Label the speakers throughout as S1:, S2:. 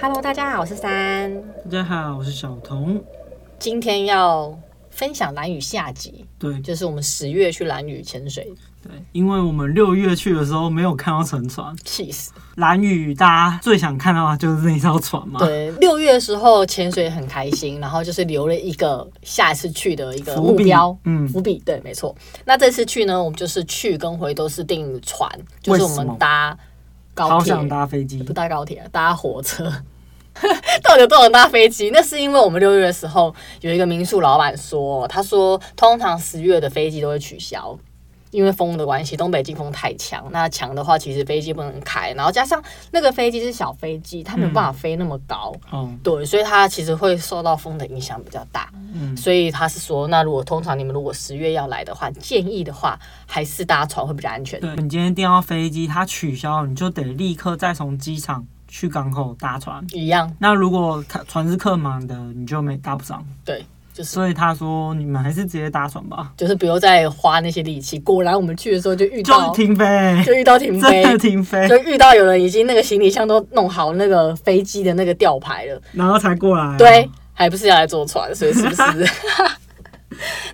S1: Hello，大家好，我是三。
S2: 大家好，我是小童。
S1: 今天要分享蓝屿下集，
S2: 对
S1: 就是我们十月去蓝屿潜水，
S2: 对，因为我们六月去的时候没有看到沉船，
S1: 气死！
S2: 蓝屿大家最想看到的就是那艘船嘛。
S1: 对，六月的时候潜水很开心，然后就是留了一个下一次去的一个
S2: 伏
S1: 目
S2: 笔
S1: 标。
S2: 嗯，
S1: 伏笔对，没错。那这次去呢，我们就是去跟回都是订船，就是我
S2: 为什么
S1: 们搭高
S2: 好
S1: 铁，
S2: 想搭飞机
S1: 不。搭高铁，搭火车。 到底有多少人搭飞机？那是因为我们六月的时候有一个民宿老板说，他说通常十月的飞机都会取消，因为风的关系，东北季风太强。那强的话，其实飞机不能开，然后加上那个飞机是小飞机，它没有办法飞那么高，
S2: 哦，
S1: 对，所以它其实会受到风的影响比较大。
S2: 嗯，
S1: 所以他是说，那如果通常你们如果十月要来的话，建议的话还是搭船会比较安全。
S2: 对，你今天订到飞机，它取消，你就得立刻再从机场去港口搭船。
S1: 一样，
S2: 那如果它船是客满的，你就没搭不上。
S1: 对，就是
S2: 所以他说你们还是直接搭船吧，
S1: 就是不用再花那些力气。果然我们去的时候就遇
S2: 就
S1: 到，
S2: 停飞，
S1: 就遇到停
S2: 真
S1: 飞，
S2: 的停飞，
S1: 就遇到有人已经那个行李箱都弄好那个飞机的那个吊牌了，
S2: 然后才过来。啊
S1: 对，，还不是要来坐船，所以是不 是？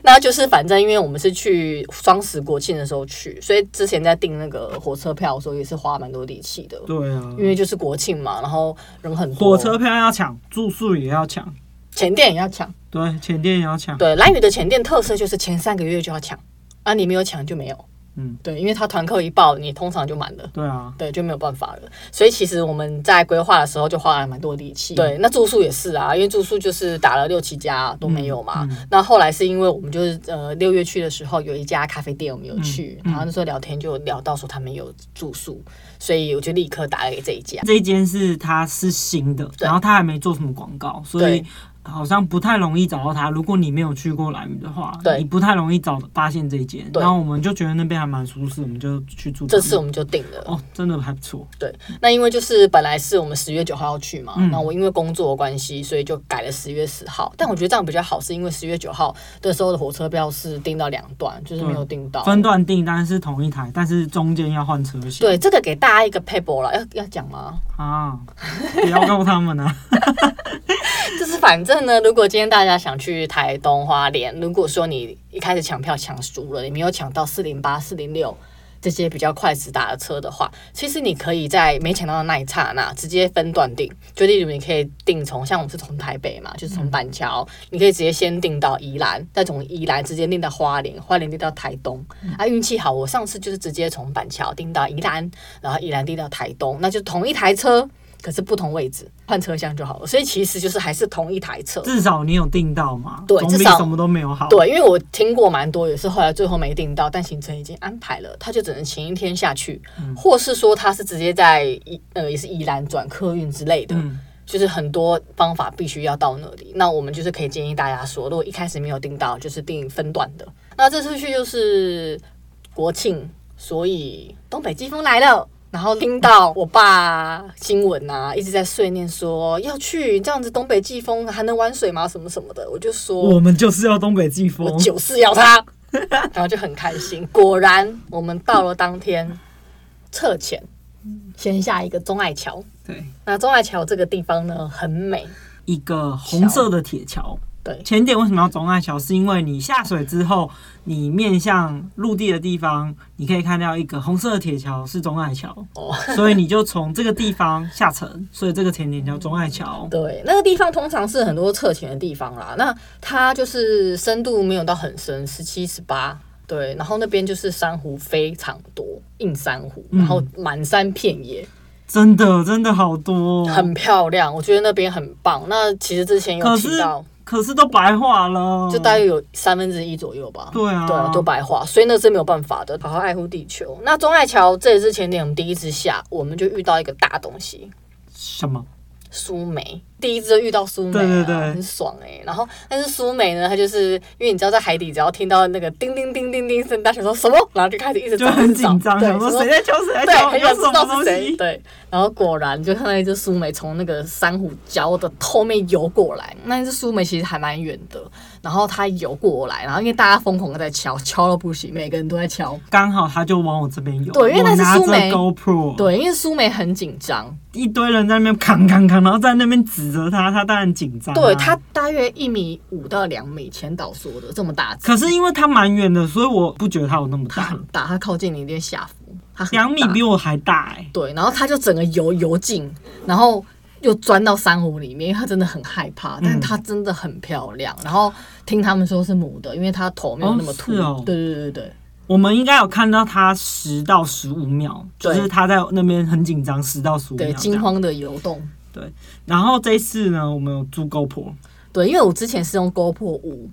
S1: 那就是反正因为我们是去双十国庆的时候去，所以之前在订那个火车票的时候也是花蛮多力气的，
S2: 对啊，
S1: 因为就是国庆嘛，然后人很多，
S2: 火车票要抢，住宿也要抢，
S1: 前店也要抢。
S2: 对，前店也要抢。
S1: 对，蓝宇的前店特色就是前三个月就要抢，啊，你没有抢就没有。
S2: 嗯，
S1: 对，因为他团客一报，你通常就满了。
S2: 对啊，
S1: 对，就没有办法了。所以其实我们在规划的时候就花了蛮多力气。对，那住宿也是啊，因为住宿就是打了六七家都没有嘛。那后来是因为我们就是呃六月去的时候有一家咖啡店我们有去，然后那时候聊天就聊到说他们有住宿，所以我就立刻打给这一家。
S2: 这一间是它是新的，然后它还没做什么广告，所以
S1: 对
S2: 好像不太容易找到它。如果你没有去过蓝屿的话，
S1: 对
S2: 你不太容易找发现这一间。
S1: 对
S2: 然后我们就觉得那边还蛮舒适，我们就去住。
S1: 这次我们就定了。
S2: 哦，真的还不错。
S1: 对，那因为就是本来是我们十月九号要去嘛，
S2: 嗯
S1: 那我因为工作的关系，所以就改了十月十号。但我觉得这样比较好，是因为十月九号的时候的火车票是订到两段，就是没有订到
S2: 分段订单是同一台，但是中间要换车线。
S1: 对，这个给大家一个 paper 了，要要讲吗？
S2: 啊，不要告他们啊。
S1: 就是反正呢，如果今天大家想去台东花莲，如果说你一开始抢票抢输了，你没有抢到四零八、四零六这些比较快直达的车的话，其实你可以在没抢到的那一刹那直接分段订，就例如你可以订从像我们是从台北嘛，就是从板桥，你可以直接先订到宜兰，再从宜兰直接订到花莲，花莲订到台东。啊，运气好，我上次就是直接从板桥订到宜兰，然后宜兰订到台东，那就同一台车。可是不同位置换车厢就好了，所以其实就是还是同一台车。
S2: 至少你有订到嘛，
S1: 对
S2: 总
S1: 至
S2: 比
S1: 少
S2: 什么都没有好。
S1: 对，因为我听过蛮多，也是后来最后没订到，但行程已经安排了，他就只能前一天下去，或是说他是直接在宜呃也是宜兰转客运之类的，
S2: 嗯
S1: 就是很多方法必须要到那里。那我们就是可以建议大家说，如果一开始没有订到，就是订分段的。那这次去就是国庆，所以东北季风来了。然后听到我爸新闻啊，一直在碎念说要去这样子东北季风还能玩水吗？什么什么的，我就说
S2: 我们就是要东北季风
S1: 我。就是要它，然后就很开心。果然，我们到了当天，撤潜，先下一个钟爱桥。
S2: 对，
S1: 那钟爱桥这个地方呢，很美，
S2: 一个红色的铁桥。
S1: 对
S2: 前点为什么要总爱桥？是因为你下水之后，你面向陆地的地方，你可以看到一个红色的铁桥是中爱桥，
S1: 哦，
S2: 所以你就从这个地方下沉，所以这个前点叫中爱桥。
S1: 对，那个地方通常是很多撤潜的地方啦。那它就是深度没有到很深，十七、十八。对，然后那边就是珊瑚非常多，硬珊瑚，
S2: 嗯
S1: 然后满山遍野，
S2: 真的，真的好多、哦，
S1: 很漂亮。我觉得那边很棒。那其实之前有
S2: 可
S1: 提
S2: 是嗯
S1: 到，
S2: 可是都白化了。
S1: 就大约有三分之一左右吧。
S2: 对啊，
S1: 对啊，都白化，所以那是没有办法的，好好爱护地球。那钟爱桥这也是前年我们第一次下，我们就遇到一个大东西，
S2: 什么？
S1: 苏梅。第一次就遇到苏美、啊，
S2: 对对对
S1: 很爽哎、然后，但是苏美呢，她就是因为你知道在海底，只要听到那个叮叮叮叮叮声，大家想说什么，然后就开始一直
S2: 就
S1: 找
S2: 很
S1: 一直找
S2: 紧张，
S1: 对，
S2: 想说
S1: 说
S2: 谁在敲谁在
S1: 对，
S2: 敲，
S1: 很
S2: 有
S1: 想
S2: 什
S1: 知
S2: 么
S1: 道
S2: 东
S1: 是谁。
S2: 西？
S1: 对，然后果然就看到一只苏梅从那个珊瑚礁的后面游过来，那一只苏梅其实还蛮远的，然后它游过来，然后因为大家疯狂的在敲，敲到不行，每个人都在敲。
S2: 刚好他就往我这边游，
S1: 对因为
S2: 我
S1: 那是
S2: 拿
S1: 苏
S2: 着
S1: 梅
S2: GoPro，，
S1: 对，因为苏梅很紧张，
S2: 一堆人在那边扛扛扛，然后在那边指责他，他当然紧张、啊。
S1: 对，它大约一米五到两米，前导说的这么大只，
S2: 可是因为他蛮远的，所以我不觉得他有那么
S1: 它
S2: 大
S1: 很，大，它靠近你有点下浮，它很
S2: 两米
S1: 大
S2: 比我还大哎、
S1: 对，然后他就整个游游进，然后又钻到珊瑚里面，因为他真的很害
S2: 嗯
S1: 怕，但他真的很漂亮。然后听他们说是母的，因为他头没有那么凸。
S2: 哦是哦
S1: 对对对对
S2: 我们应该有看到他十到十五秒，就
S1: 对
S2: 是他在那边很紧张，十到十五秒
S1: 对，
S2: 这
S1: 惊
S2: 样。
S1: 慌的游动。
S2: 然后这一次呢，我们有租 GoPro，
S1: 对，因为我之前是用 GoPro 五，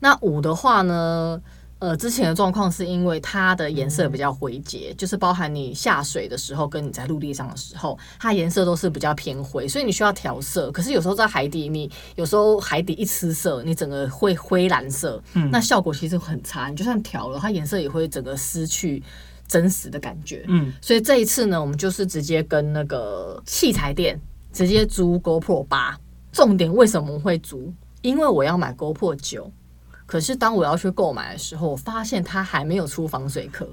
S1: 那五的话呢，呃，之前的状况是因为它的颜色比较灰阶，就是包含你下水的时候跟你在陆地上的时候，它颜色都是比较偏灰，所以你需要调色。可是有时候在海底，你有时候海底一吃色，你整个会灰蓝色，那效果其实很差。你就算调了，它颜色也会整个失去真实的感觉。
S2: 嗯，
S1: 所以这一次呢，我们就是直接跟那个器材店直接租 GoPro 八。重点为什么会租？因为我要买 GoPro 九。可是当我要去购买的时候，我发现它还没有出防水 壳，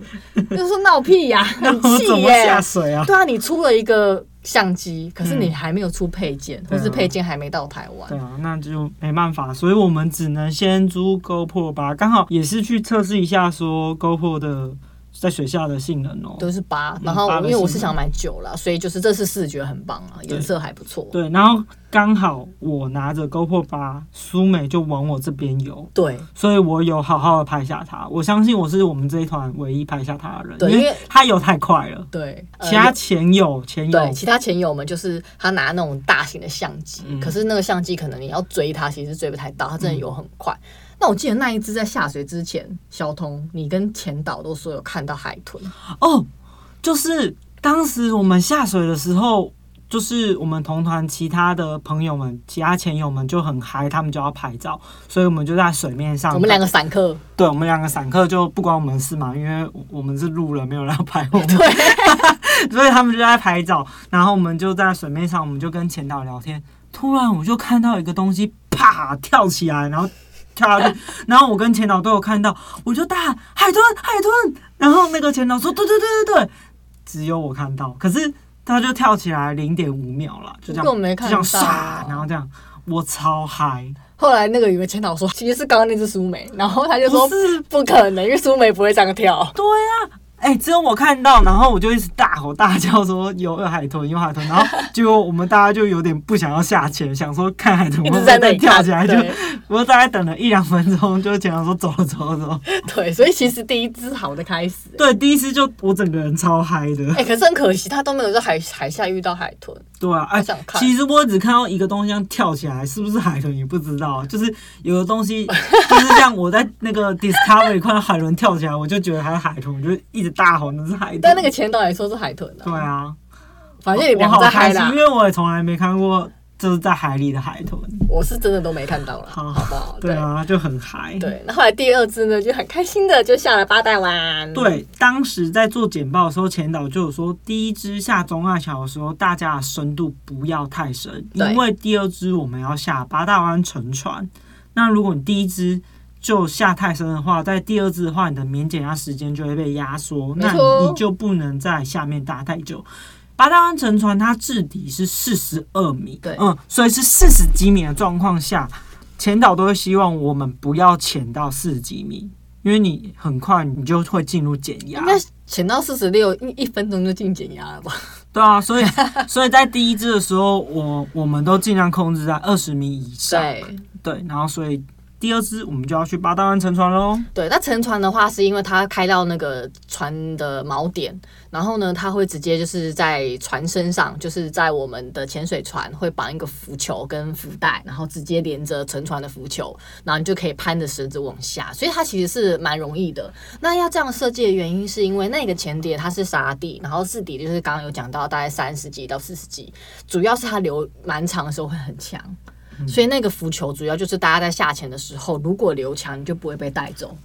S1: 就说闹屁呀、
S2: 那
S1: 很
S2: 我
S1: 气
S2: 怎么
S1: 耶、
S2: 下水啊？
S1: 对啊，你出了一个相机，可是
S2: 嗯
S1: 你还没有出配件，或是
S2: 对啊
S1: 配件还没到台湾
S2: 对。啊，那就没办法，所以我们只能先租 GoPro 吧。刚好也是去测试一下说 GoPro 的在水下的性能哦。
S1: 都是八，
S2: 嗯
S1: 然后
S2: 八的
S1: 因为我
S2: 性
S1: 是
S2: 能
S1: 想买九啦，所以就是这次视觉很棒啊，颜色还不错。
S2: 对，然后刚好我拿着 GoPro 八，苏美就往我这边游，
S1: 对
S2: 所以我有好好的拍下她。我相信我是我们这一团唯一拍下她的人，
S1: 对
S2: 因
S1: 因
S2: 为
S1: 为
S2: 她游太快了。
S1: 对，呃
S2: 其他前友前友
S1: 对，其他前友们就是他拿那种大型的相机，
S2: 嗯
S1: 可是那个相机可能你要追他，其实追不太到，他真的游很快。那我记得那一只在下水之前，小童你跟前导都说有看到海豚，
S2: 哦，就是当时我们下水的时候，就是我们同团其他的朋友们、其他前友们就很嗨，他们就要拍照，所以我们就在水面上。
S1: 我们两个散客，
S2: 对，我们两个散客就不关我们事嘛，因为我们是路人，没有人要拍我们， 所以他们就在拍照。然后我们就在水面上，我们就跟前导聊天。突然我就看到一个东西，啪跳起来，然后跳下去，然后我跟前导都有看到，我就大喊海豚，海豚。然后那个前导说对对对对对，只有我看到，可是他就跳起来零点五秒了，就这
S1: 我根
S2: 样，
S1: 本没
S2: 就
S1: 看
S2: 这样
S1: 到
S2: 唰，然后这样，我超嗨，
S1: 后来那个以为前导说其实是刚刚那只苏梅，然后他就说
S2: 不是
S1: 不可能，因为苏梅不会这样 跳。
S2: 对啊，哎、只有我看到，然后我就一直大吼大叫说有海豚，有海豚，然后结果我们大家就有点不想要下潜，想说看海 豚
S1: 一
S2: 会
S1: 直
S2: 不
S1: 在
S2: 会
S1: 那
S2: 再
S1: 里
S2: 跳
S1: 看
S2: 起来，就
S1: 对
S2: 我大概等了一两分钟，就想说走了走了走了。
S1: 对，所以其实第一只好的开始、
S2: 对，第一次就我整个人超嗨的，
S1: 哎、可是很可惜，他都没有在海海下遇到海豚。
S2: 对啊，哎、
S1: 想看
S2: 其实我只看到一个东西这样跳起来，是不是海豚也不知道，就是有的 东西就是像我在那个 Discovery 看到海豚跳起来，我就觉得它是海豚，我就一直大吼那是海豚。
S1: 但那个前导也说是海豚
S2: 对
S1: 啊，
S2: 啊，
S1: 反正你们
S2: 我
S1: 两
S2: 好
S1: 个在
S2: 开
S1: 海
S2: 心，
S1: 啦
S2: 因，为我也从来没看过就是在海里的海豚。
S1: 我是真的都没看到了，
S2: 好
S1: 好不好？
S2: 对啊，就很嗨。
S1: 对，那后来第二只呢，就很开心的就下了八代湾。
S2: 对当时在做简报的时候，前导就有说，第一支下中啊二桥的时候，大家的深度不要太深，
S1: 对
S2: 因为第二支我们要下八大湾沉船。那如果你第一支就下太深的话，在第二支的话，你的免减压时间就会被压缩，
S1: 没
S2: 那
S1: 错
S2: 你就不能在下面搭太久。八大湾沉船它至底是四十二米，
S1: 对
S2: 嗯，所以是四十几米的状况下，前导都会希望我们不要潜到四十几米，因为你很快你就会进入减压
S1: 应。该潜到四十六，一一分钟就进减压了吧？
S2: 对啊，所以 所以在第一支的时候，我我们都尽量控制在二十米以上，
S1: 对，
S2: 对，然后所以。第二支我们就要去八大湾沉船喽。
S1: 对，那沉船的话，是因为它开到那个船的锚点，然后呢，它会直接就是在船身上，就是在我们的潜水船会绑一个浮球跟浮带，然后直接连着沉船的浮球，然后你就可以攀着绳子往下，所以它其实是蛮容易的。那要这样设计的原因，是因为那个前碟它是沙地，然后四底就是刚刚有讲到大概三十级到四十级，主要是它留蛮长的时候会很强。所以那个浮球主要就是大家在下潜的时候，如果留强，你就不会被带走。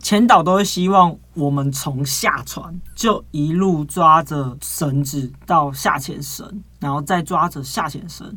S2: 前导都会希望我们从下船就一路抓着绳子到下潜绳，然后再抓着下潜绳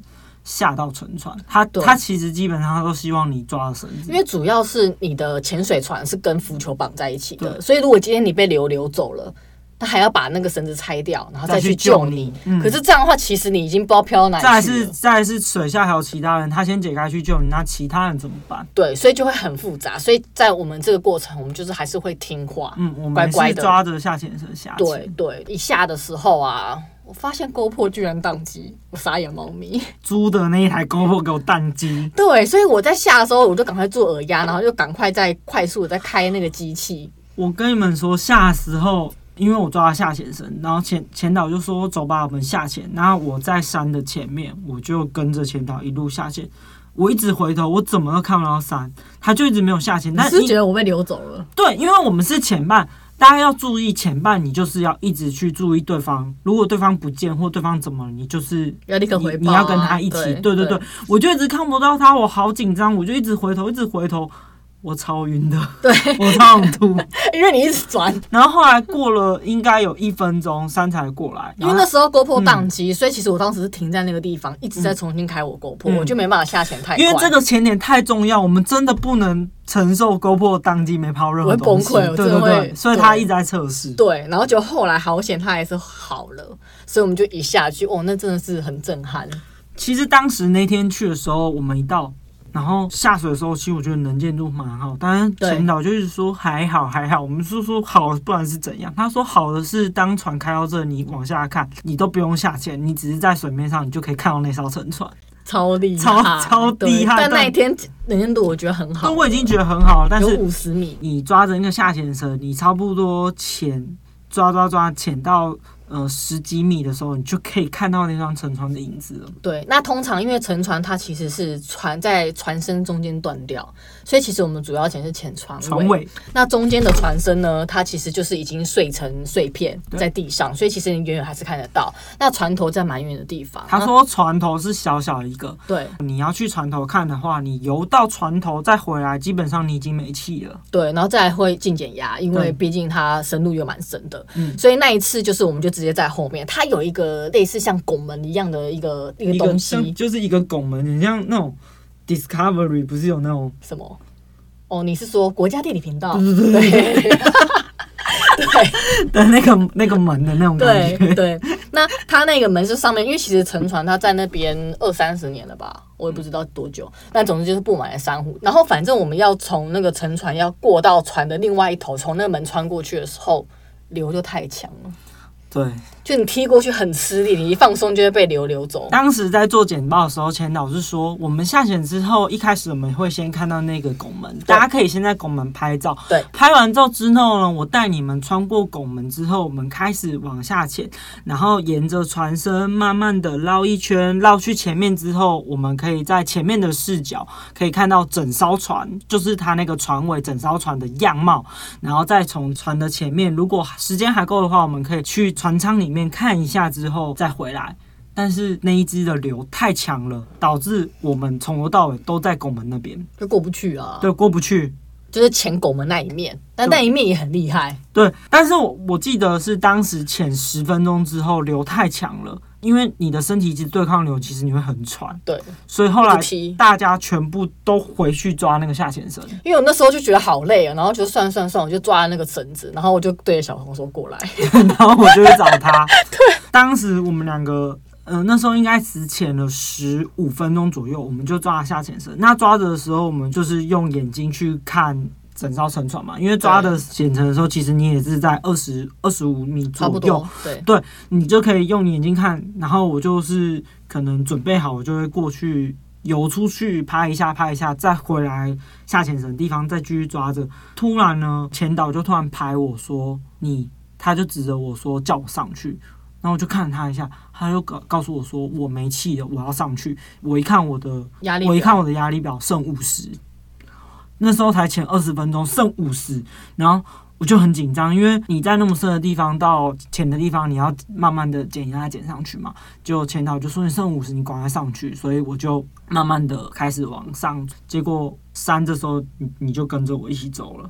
S2: 下到沉船。他
S1: 对
S2: 他其实基本上他都希望你抓着绳
S1: 因
S2: 子，
S1: 为主要是你的潜水船是跟浮球绑在一起的，
S2: 对
S1: 所以如果今天你被流流走了，他还要把那个绳子拆掉，然后
S2: 再
S1: 去
S2: 去
S1: 救
S2: 救
S1: 你
S2: 你。嗯
S1: 可是这样的话，其实你已经不知道飘到哪
S2: 再来
S1: 里去
S2: 是
S1: 了。
S2: 再来是水下还有其他人，他先解开去救你，那其他人怎么办？
S1: 对，所以就会很复杂。所以在我们这个过程，我们就是还是会听话。
S2: 嗯，我
S1: 乖
S2: 们
S1: 乖
S2: 是
S1: 的
S2: 抓着下潜绳下潜。
S1: 对对，一下的时候啊，我发现勾破居然宕机，我傻眼猫咪。
S2: 租的那一台 GoPro 给我宕机，
S1: 对，所以我在下的时候，我就赶快做耳压，然后就赶快再快速的再开那个机器。
S2: 我跟你们说，下时候因为我抓到下潜绳，然后前前导就说走吧，我们下潜。然后我在山的前面，我就跟着前导一路下潜。我一直回头，我怎么都看不到山，他就一直没有下潜。但
S1: 是
S2: 是
S1: 觉得我被流走了？
S2: 对，因为我们是前半，大家要注意前半，你就是要一直去注意对方。如果对方不见或对方怎么了，你就是
S1: 要立刻回
S2: 你
S1: 报啊
S2: 要跟他一起。
S1: 对
S2: 对对对，我就一直看不到他，我好紧张，我就一直回头，一直回头，我超晕的，
S1: 对，
S2: 我超想吐。
S1: 因为你一直转，
S2: 然后后来过了应该有一分钟，山才过来。
S1: 因为那时候 GoPro 宕
S2: 嗯
S1: 机，所以其实我当时是停在那个地方，一直在重新开我 GoPro，、
S2: 嗯
S1: 我就没办法下潜太快，
S2: 因为这个前点太重要，我们真的不能承受 GoPro 当机没抛任何东西，
S1: 我会崩溃我
S2: 对
S1: 真的
S2: 对
S1: 会
S2: 对，所以他一直在测试。
S1: 对，然后就后来好险它还是好了，所以我们就一下去，哦，那真的是很震撼。
S2: 其实当时那天去的时候，我们一到，然后下水的时候，其实我觉得能见度蛮好，但是
S1: 对
S2: 前导就一直说还好还好，我们是说好，不然是怎样？他说好的是当船开到这，你往下看，你都不用下潜，你只是在水面上，你就可以看到那艘沉船。
S1: 超厉害，
S2: 超超
S1: 对
S2: 厉害
S1: 但那
S2: 但
S1: 一天能见度我觉得很好
S2: 那，我已经觉得很好了，但
S1: 有
S2: 是
S1: 五十米，
S2: 你抓着那个下潜绳，你差不多潜抓抓抓潜到呃十几米的时候，你就可以看到那张沉船的影子了。
S1: 对，那通常因为沉船它其实是船在船身中间断掉，所以其实我们主要潜是潜船
S2: 船尾
S1: 那中间的船身呢，它其实就是已经碎成碎片
S2: 对
S1: 在地上，所以其实你远远还是看得到。那船头在蛮远的地方，
S2: 他
S1: 那
S2: 说船头是小小一个，
S1: 对
S2: 你要去船头看的话，你游到船头再回来，基本上你已经没气了。
S1: 对，然后再来会进减压，因为
S2: 对
S1: 毕竟它深度又蛮深的，
S2: 嗯
S1: 所以那一次就是我们就直接在后面，它有一个类似像拱门一样的一个一个
S2: 一个
S1: 东
S2: 像
S1: 西，
S2: 就是一个拱门，很像那种 Discovery 不是有那种
S1: 什么？哦，你是说国家地理频道？对。
S2: 的那个那个门的 那种感
S1: 对
S2: 觉？
S1: 对，那它那个门是上面，因为其实沉船它在那边二三十年了吧，我也不知道多久。但总之就是布满了珊瑚。然后反正我们要从那个沉船要过到船的另外一头，从那个门穿过去的时候，流就太强了，
S2: 对，
S1: 就你踢过去很吃力，你一放松就会被流流走。
S2: 当时在做简报的时候，前导是说，我们下潜之后，一开始我们会先看到那个拱门，大家可以先在拱门拍照。
S1: 对，
S2: 拍完照之后呢，我带你们穿过拱门之后，我们开始往下潜，然后沿着船身慢慢的绕一圈，绕去前面之后，我们可以在前面的视角可以看到整艘船，就是它那个船尾整艘船的样貌。然后再从船的前面，如果时间还够的话，我们可以去船舱里面看一下之后再回来。但是那一只的流太强了，导致我们从头到尾都在拱门那边，
S1: 就过不去啊，
S2: 对，过不去。
S1: 就是前拱门那一面，但
S2: 对
S1: 那一面也很厉害，
S2: 对，但是我我记得是当时潜十分钟之后流太强了，因为你的身体一直对抗流，其实你会很喘，
S1: 对，
S2: 所以后
S1: 一
S2: 来
S1: 直踢
S2: 大家全部都回去抓那个下潜绳。
S1: 因为我那时候就觉得好累啊，然后就算算算，我就抓了那个绳子，然后我就对着小红说过来，
S2: 然后我就去找 他。对，当时我们两个，呃，那时候应该只潜了十五分钟左右，我们就抓了下潜绳。那抓着的时候，我们就是用眼睛去看。整艘沉船嘛，因为抓的浅层的时候，其实你也是在二十二十五米
S1: 差不
S2: 左右
S1: 多，，对，
S2: 你就可以用眼睛看。然后我就是可能准备好，我就会过去游出去拍一下拍一下，再回来下潜绳地方再继续抓着。突然呢，前导就突然拍我说你，他就指着我说叫我上去。然后我就看了他一下，他就告告诉我说我没气了，我要上去。我一看我的
S1: 压力
S2: 我一
S1: 表
S2: 看我的压力表剩五十，那时候才前二十分钟剩五十，然后我就很紧张，因为你在那么深的地方到浅的地方，你要慢慢的减压减上去嘛。就前导就说你剩五十，你赶快上去，所以我就慢慢的开始往上。结果山这时候你你就跟着我一起走了，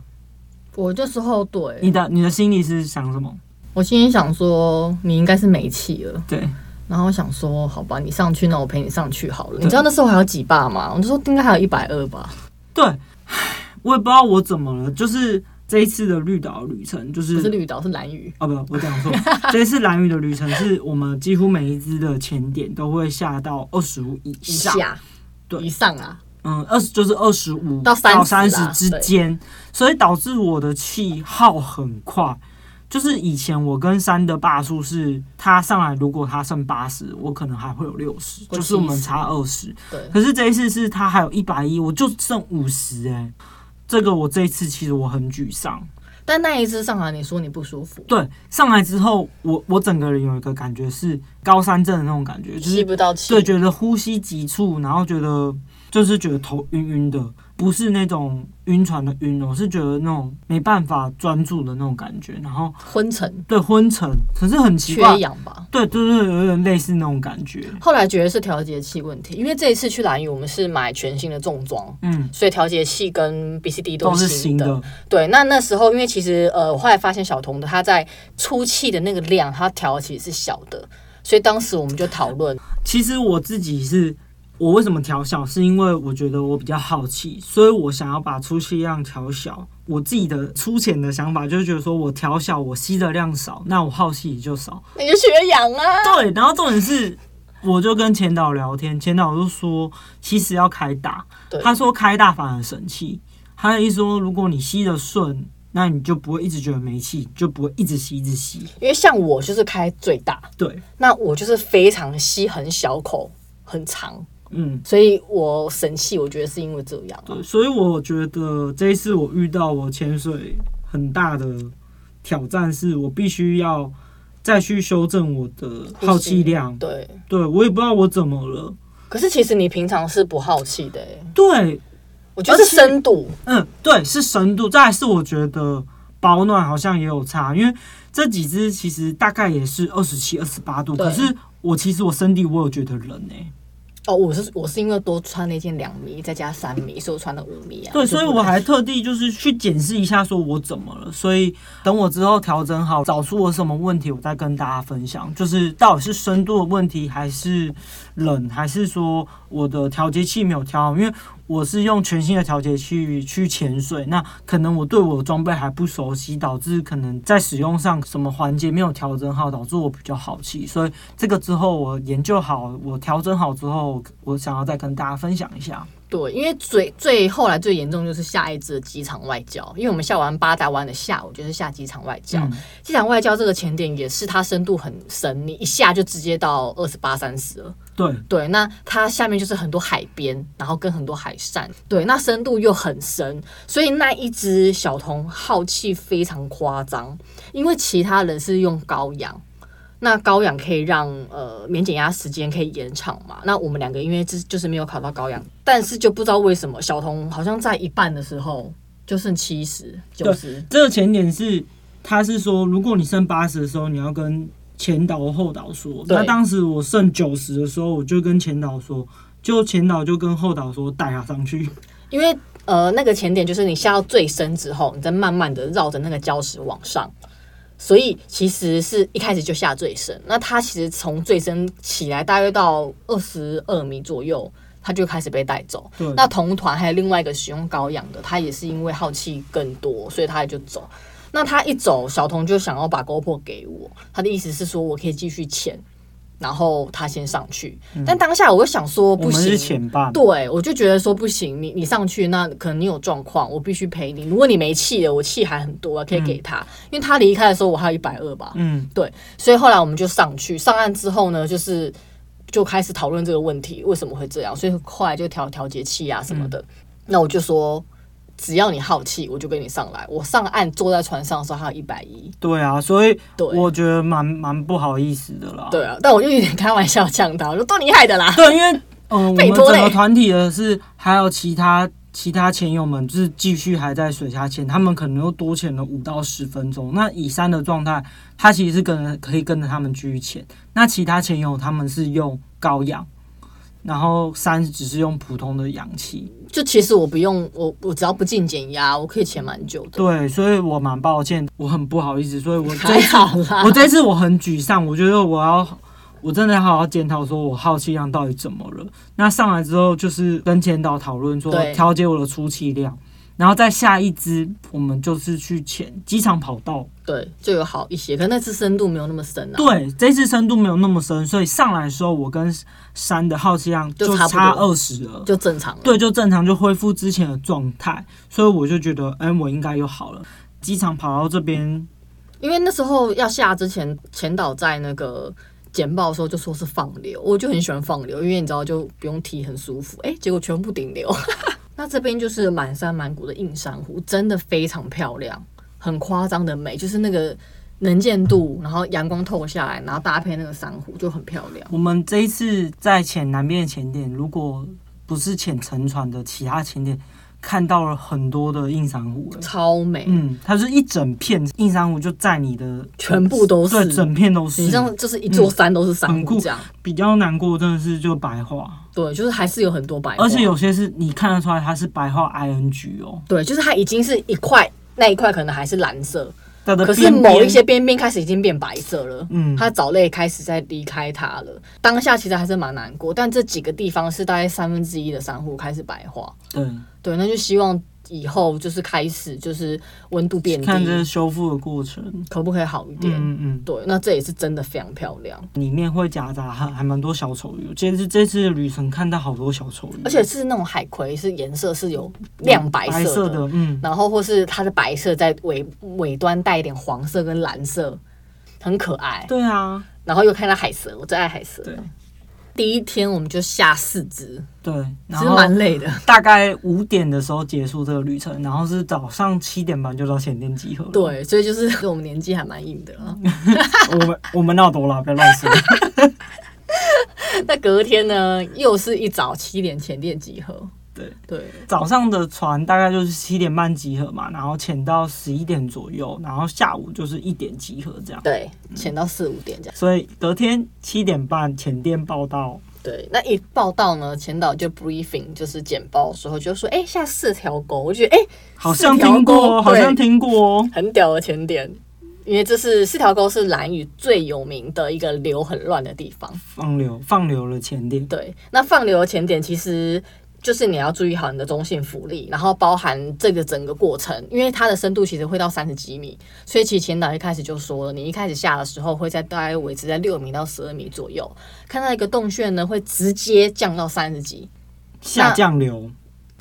S1: 我这时候对
S2: 你的你的心里是想什么？
S1: 我心里想说，你应该是没气了。
S2: 对，
S1: 然后想说，好吧，你上去，那我陪你上去好了。你知道那时候还有几把吗？我就说应该还有一百二吧。
S2: 对，唉我也不知道我怎么了，就是这一次的绿岛旅程，就
S1: 不
S2: 是
S1: 是绿岛，是蓝屿。
S2: 哦，不，我讲错。这一次蓝屿的旅程是我们几乎每一只的前点都会下到二十五以
S1: 以
S2: 上，
S1: 下，
S2: 对
S1: 以上啊，
S2: 嗯，二十就是二十五
S1: 到30
S2: 三十
S1: 啦
S2: 之间，所以导致我的气耗很快。就是以前我跟山的霸数是，他上来如果他剩八十，我可能还会有六十，
S1: 或
S2: 就是我们
S1: 70
S2: 差二十。
S1: 对，
S2: 可是这一次是他还有一百一，我就剩五十哎，这个我这一次其实我很沮丧。
S1: 但那一次上来你说你不舒服，
S2: 对，上来之后，我我整个人有一个感觉是高山症的那种感觉，就
S1: 吸
S2: 是
S1: 不到气，
S2: 对，觉得呼吸急促，然后觉得就是觉得头晕晕的，不是那种晕船的晕哦，我是觉得那种没办法专注的那种感觉，然后
S1: 昏沉、
S2: 对昏沉，可是很奇
S1: 缺
S2: 怪，
S1: 氧吧。
S2: 对对对，有点类似那种感觉，
S1: 后来觉得是调节器问题，因为这一次去蓝屿，我们是买全新的重装，
S2: 嗯，
S1: 所以调节器跟 BCD
S2: 都
S1: 都
S2: 是
S1: 是
S2: 新
S1: 新的。
S2: 的，
S1: 对，那那时候因为其实呃，我后来发现小童的他在出气的那个量，他调的其实是小的，所以当时我们就讨 论，
S2: 其实我自己是，我为什么调小，是因为我觉得我比较好奇，所以我想要把出气量调小。我自己的粗浅的想法就是觉得说，我调小，我吸的量少，那我好奇也就少。
S1: 你就缺氧啊，
S2: 对，然后重点是，我就跟前导聊天，前导就说，其实要开大
S1: 对，
S2: 他说开大反而神气，他的意思说，如果你吸的顺。那你就不会一直觉得没气，就不会一直吸一直吸。
S1: 因为像我就是开最大，
S2: 对，
S1: 那我就是非常吸很小口很长，
S2: 嗯，
S1: 所以我神气，我觉得是因为这样啊、
S2: 对，呃所以我觉得这一次我遇到我潜水很大的挑战是，我必须要再去修正我的耗气量。
S1: 对，
S2: 对我也不知道我怎么了。
S1: 可是其实你平常是不好气的、欸，
S2: 对，
S1: 我觉得是深度，
S2: 嗯，对，是深度，再来是我觉得保暖好像也有差，因为这几只其实大概也是二十七、二十八度，
S1: 对
S2: 可是我其实我身体我有觉得冷哎、
S1: 哦，我是我是因为多穿了一件两米，再加三米，所以我穿了五米啊。
S2: 对，
S1: 就
S2: 所以
S1: 不
S2: 我
S1: 太
S2: 还特地就是去检视一下，说我怎么了。所以等我之后调整好，找出我什么问题，我再跟大家分享。就是到底是深度的问题，还是冷，还是说我的调节器没有调好？因为我是用全新的调节器去潜水，那可能我对我的装备还不熟悉，导致可能在使用上什么环节没有调整好，导致我比较好气。所以这个之后我研究好，我调整好之后，我想要再跟大家分享一下。
S1: 对，因为最最后来最严重就是下一支的机场外交，因为我们下完八达湾的下午就是下机场外交，
S2: 嗯
S1: 机场外交这个前点也是它深度很深，你一下就直接到二十八三十了。
S2: 对，
S1: 对，那它下面就是很多海边，然后跟很多海扇，对，那深度又很深，所以那一只小童耗气非常夸张，因为其他人是用高氧。那高氧可以让呃免减压时间可以延长嘛？那我们两个因为这就是没有考到高氧，但是就不知道为什么小童好像在一半的时候就剩七十九十，
S2: 这个前点是，他是说，如果你剩八十的时候，你要跟前导或后导说。
S1: 对
S2: 那当时我剩九十的时候，我就跟前导说，就前导就跟后导说带他上去。
S1: 因为呃，那个前点就是你下到最深之后，你再慢慢的绕着那个礁石往上，所以其实是一开始就下最深。那它其实从最深起来，大约到二十二米左右，它就开始被带走。
S2: 对，
S1: 那同团还有另外一个使用高氧的，他也是因为好气更多，所以他也就走。那他一走，小童就想要把 GoPro 给我，他的意思是说我可以继续潜，然后他先上去。但当下我就想说
S2: 我
S1: 不
S2: 们
S1: 行，
S2: 是前半。
S1: 对，我就觉得说不行，你你上去那可能你有状况，我必须陪你。如果你没气了，我气还很多，可以给他，因为他离开的时候我还有一百二吧。
S2: 嗯，
S1: 对，所以后来我们就上去，上岸之后呢，就是就开始讨论这个问题，为什么会这样？所以后来就调调节器啊什么的。那我就说，只要你好气，我就跟你上来。我上岸坐在船上的时候，还有一百一。
S2: 对啊，所以
S1: 对
S2: 我觉得蛮蛮不好意思的啦。
S1: 对啊，但我就有点开玩笑呛他，我说都你害的啦。
S2: 对，因为嗯，我
S1: 拜
S2: 们
S1: 托
S2: 整
S1: 嘞
S2: 个团体的是还有其他其他潜友们，就是继续还在水下潜，他们可能又多潜了五到十分钟。那以三的状态，他其实是跟着可以跟着他们继续潜。那其他潜友他们是用高氧，然后三只是用普通的氧气。
S1: 就其实我不用，我我只要不进减压，我可以潜蛮久 的。
S2: 对，所以我蛮抱歉，我很不好意思，所以我
S1: 还
S2: 这
S1: 好啦
S2: 我，这次我很沮丧，我觉得我要我真的要好好检讨，说我好奇量到底怎么了。那上来之后就是跟前导讨论说
S1: 对
S2: 调节我的出气量，然后再下一支我们就是去潜机场跑道。
S1: 对，就有好一些，可那次深度没有那么深啊。
S2: 对，这次深度没有那么深，所以上来的时候我跟山的好奇量
S1: 就
S2: 就
S1: 差不
S2: 差
S1: 多
S2: 二十了。
S1: 就正常了。
S2: 对，就正常就恢复之前的状态，所以我就觉得，嗯，我应该又好了。机场跑到这边，
S1: 因为那时候要下之前，前导在那个简报的时候就说是放流，我就很喜欢放流，因为你知道就不用踢，很舒服。哎、结果全部顶流。 那这边就是满山满谷的映山湖，真的非常漂亮，很夸张的美，就是那个能见度，然后阳光透下来，然后搭配那个珊瑚就很漂亮。
S2: 我们这一次在潜南边的潜点，如果不是潜沉船的其他潜点，看到了很多的硬珊瑚、欸。
S1: 超美，
S2: 嗯，它是一整片硬珊瑚，就在你的
S1: 全部都是
S2: 对，整片都
S1: 你
S2: 是。嗯
S1: 像就是一座山都是珊
S2: 很
S1: 瑚
S2: 酷
S1: 这样，
S2: 比较难过，真的是就白化，
S1: 对，就是还是有很多白花，
S2: 而且有些是你看得出来它是白化 ing 哦，
S1: 对，就是它已经是一块那一块可能还是蓝色，
S2: 它的
S1: 可是
S2: 边边
S1: 某一些边边开始已经变白色了，
S2: 嗯
S1: 它藻类开始在离开它了。当下其实还是蛮难过，但这几个地方是大概三分之一的珊瑚开始白化，
S2: 对，
S1: 对，那就希望以后就是开始就是温度变
S2: 看这
S1: 低，
S2: 修复的过程，
S1: 可不可以好一点？
S2: 嗯嗯，
S1: 对，那这也是真的非常漂亮，
S2: 里面会夹杂还还蛮多小丑鱼，这次这次的旅程看到好多小丑鱼，
S1: 而且是那种海葵，是颜色是有亮白
S2: 白
S1: 色
S2: 色
S1: 的，
S2: 的，嗯，
S1: 然后或是它的白色在尾尾端带一点黄色跟蓝色，很可爱。
S2: 对啊，
S1: 然后又看到海蛇，我最爱海蛇。
S2: 对
S1: 第一天我们就下四只，
S2: 对，
S1: 其
S2: 然
S1: 实
S2: 后
S1: 蛮累的。
S2: 大概五点的时候结束这个旅程，然后是早上七点半就到前店集合了。，
S1: 对，所以就是我们年纪还蛮硬 的啊。
S2: 我们我们闹多了，不要乱 说。
S1: 那隔天呢，又是一早七点前店集合。
S2: 对
S1: 对
S2: 早上的船大概就是七点半集合嘛，然后潜到十一点左右，然后下午就是一点集合这样。
S1: 对，潜到四五点这样。
S2: 所以隔天七点半前店报到，
S1: 对，那一报道呢，前导就 briefing 就是简报的时候就说，哎、下四条狗，我就觉得哎、
S2: 好像
S1: 四条
S2: 听过
S1: 沟
S2: 哦，好像
S1: 对
S2: 听过哦。
S1: 很屌的前点。因为这是四条沟是蓝屿最有名的一个流很乱的地方，
S2: 放流放流了前店，
S1: 对，那放流的前点其实就是你要注意好你的中性浮力，然后包含这个整个过程，因为它的深度其实会到三十几米，所以其实前导一开始就说了，你一开始下的时候会在大概维持在六米到十二米左右，看到一个洞穴呢会直接降到三十几，
S2: 下降流、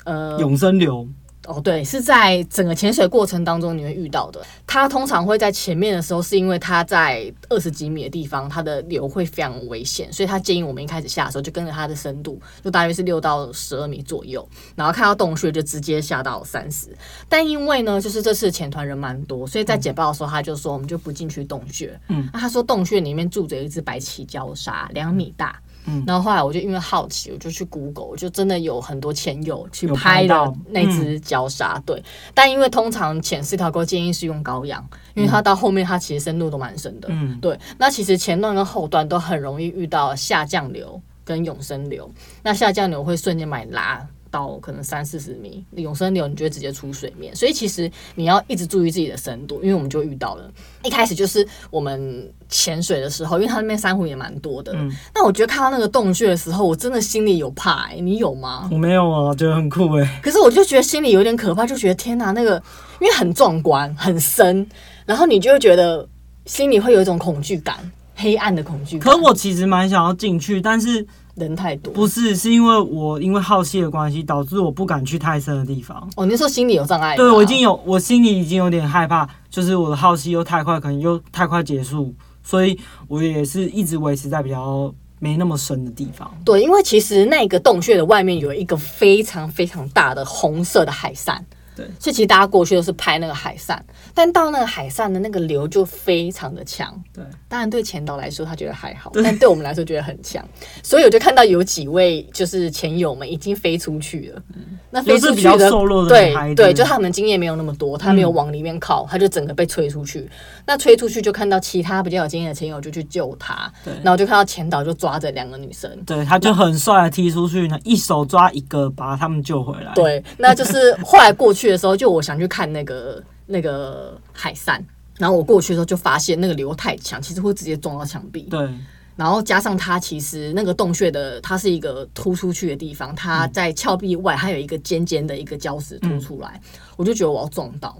S1: 呃，
S2: 永生流，
S1: 哦，对，是在整个潜水过程当中你会遇到的。它通常会在前面的时候，是因为它在二十几米的地方，它的流会非常危险，所以他建议我们一开始下的时候就跟着它的深度，就大约是六到十二米左右，然后看到洞穴就直接下到三十。但因为呢，就是这次潜团人蛮多，所以在简报的时候他就说我们就不进去洞穴。啊
S2: 嗯，
S1: 那他说洞穴里面住着一只白鳍礁鲨，两米大。
S2: 嗯
S1: 然后后来我就因为好奇，我就去 Google，我就真的有很多潜友去
S2: 有
S1: 拍
S2: 拍
S1: 了
S2: 到嗯
S1: 那只礁鲨，对。但因为通常潜四条沟建议是用高氧，因为它到后面它其实深度都蛮深的，
S2: 嗯，
S1: 对。那其实前段跟后段都很容易遇到下降流跟永生流，那下降流会瞬间把你拉。到可能三四十米，永生流你就会直接出水面，所以其实你要一直注意自己的深度，因为我们就遇到了。一开始就是我们潜水的时候，因为它那边珊瑚也蛮多的，
S2: 嗯
S1: 那我觉得看到那个洞穴的时候，我真的心里有怕、欸，你有吗？
S2: 我没有啊，觉得很酷哎、
S1: 可是我就觉得心里有点可怕，就觉得天哪，那个因为很壮观、很深，然后你就会觉得心里会有一种恐惧感，黑暗的恐惧感。
S2: 可我其实蛮想要进去，但是
S1: 人太多，
S2: 不是是因为我因为好戏的关系，导致我不敢去太深的地方。
S1: 哦，你那时候心理有障碍吗？
S2: 对我已经有，我心里已经有点害怕，就是我的好戏又太快，可能又太快结束，所以我也是一直维持在比较没那么深的地方。
S1: 对，因为其实那个洞穴的外面有一个非常非常大的红色的海扇，
S2: 对，
S1: 所以其实大家过去都是拍那个海扇，但到那个海扇的那个流就非常的强。
S2: 对，
S1: 当然对前导来说他觉得还好，但对我们来说觉得很强。所以我就看到有几位就是前友们已经飞出去了，
S2: 嗯
S1: 那飞出
S2: 就是比
S1: 去
S2: 较
S1: 的
S2: 瘦弱的女孩
S1: 对
S2: 子
S1: 对，
S2: 嗯
S1: 就他们经验没有那么多，他没有往里面靠，他就整个被吹出去。那吹出去就看到其他比较有经验的前友就去救他，
S2: 对
S1: 然后就看到前导就抓着两个女生。
S2: 对，他就很帅的踢出去呢，一手抓一个，把他们救回来。，
S1: 对，那就是后来过去的时候，就我想去看那个那个海扇，然后我过去的时候就发现那个流太强，其实会直接撞到墙壁。
S2: 对，
S1: 然后加上它其实那个洞穴的，它是一个突出去的地方，它在峭壁外还有一个尖尖的一个礁石凸出来，我就觉得我要撞到。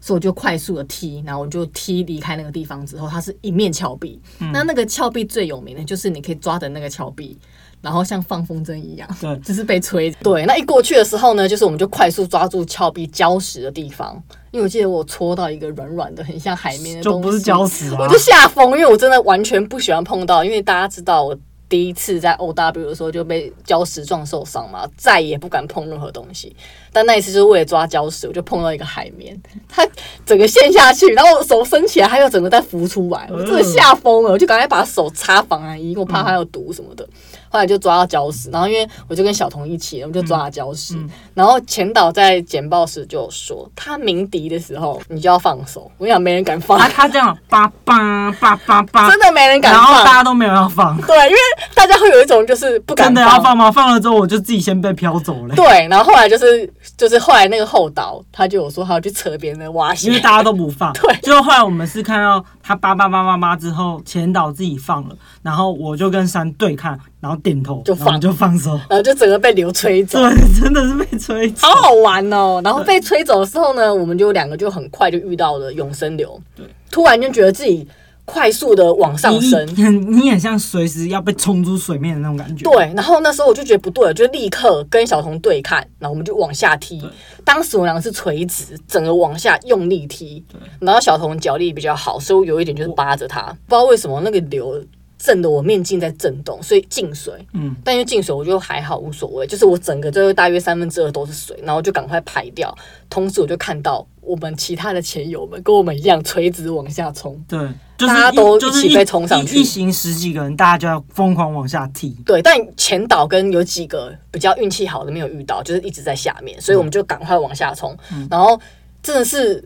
S1: 所以我就快速的踢，然后我就踢离开那个地方之后，它是一面峭壁。
S2: 嗯
S1: 那那个峭壁最有名的就是你可以抓着那个峭壁，然后像放风筝一样，
S2: 对
S1: 就是被吹。对，那一过去的时候呢，就是我们就快速抓住峭壁礁石的地方，因为我记得我戳到一个软软的，很像海绵的东
S2: 就
S1: 西，
S2: 不是礁石啊
S1: 我就吓疯，因为我真的完全不喜欢碰到，因为大家知道我第一次在 O W 的时候就被礁石撞受伤嘛，再也不敢碰任何东西。但那一次就是为了抓礁石，我就碰到一个海绵，它 整个陷下去，然后我手伸起来，它又整个再浮出来，
S2: 嗯
S1: 我真的吓疯了，我就赶快把手擦防寒衣，因为我怕它有毒什么的。后来就抓到礁石，然后因为我就跟小童一起，我们就抓到礁石。
S2: 嗯
S1: 然后前导在简报时就有说，他鸣笛的时候你就要放手，我想没人敢放
S2: 他，他这样叭叭叭叭 叭
S1: 真，的没人敢
S2: 啊然后
S1: 放。
S2: 大家都没有要放，
S1: 对，因为大家会有一种就是不敢
S2: 真的要放吗？放了之后我就自己先被飘走了，
S1: 对，然后后来就是就是后来那个后导他就有说他要去扯别人的蛙鞋
S2: 因为，大家都不放。
S1: 对
S2: 就后来我们是看到他叭叭叭叭叭之后，前导自己放了，然后我就跟山对看，然后点头，
S1: 就
S2: 然后我
S1: 放
S2: 们就 放手。
S1: 然后就整个被流吹走。
S2: 对，真的是被吹走。
S1: 好好玩哦！然后被吹走的时候呢，我们就两个就很快就遇到了永生流，
S2: 对，
S1: 突然就觉得自己快速的往上
S2: 你
S1: 升，
S2: 你 很你很像随时要被冲出水面的那种感觉。
S1: 对，然后那时候我就觉得不对了，就立刻跟小童对看，然后我们就往下踢。当时我们两个是垂直，整个往下用力踢。然后小童脚力比较好，所以我有一点就是扒着他，不知道为什么那个流震得我面镜在震动，所以进水。
S2: 嗯，
S1: 但因为进水我就还好无所谓，就是我整个就大约三分之二都是水，然后就赶快排掉。同时我就看到我们其他的前友们跟我们一样垂直往下冲。
S2: 对，就是
S1: 大家
S2: 一
S1: 都
S2: 就是
S1: 一起被冲上去
S2: 一一行十几个人，大家就要疯狂往下踢。
S1: 对，但前导跟有几个比较运气好的没有遇到，就是一直在下面，所以我们就赶快往下冲，然后真的是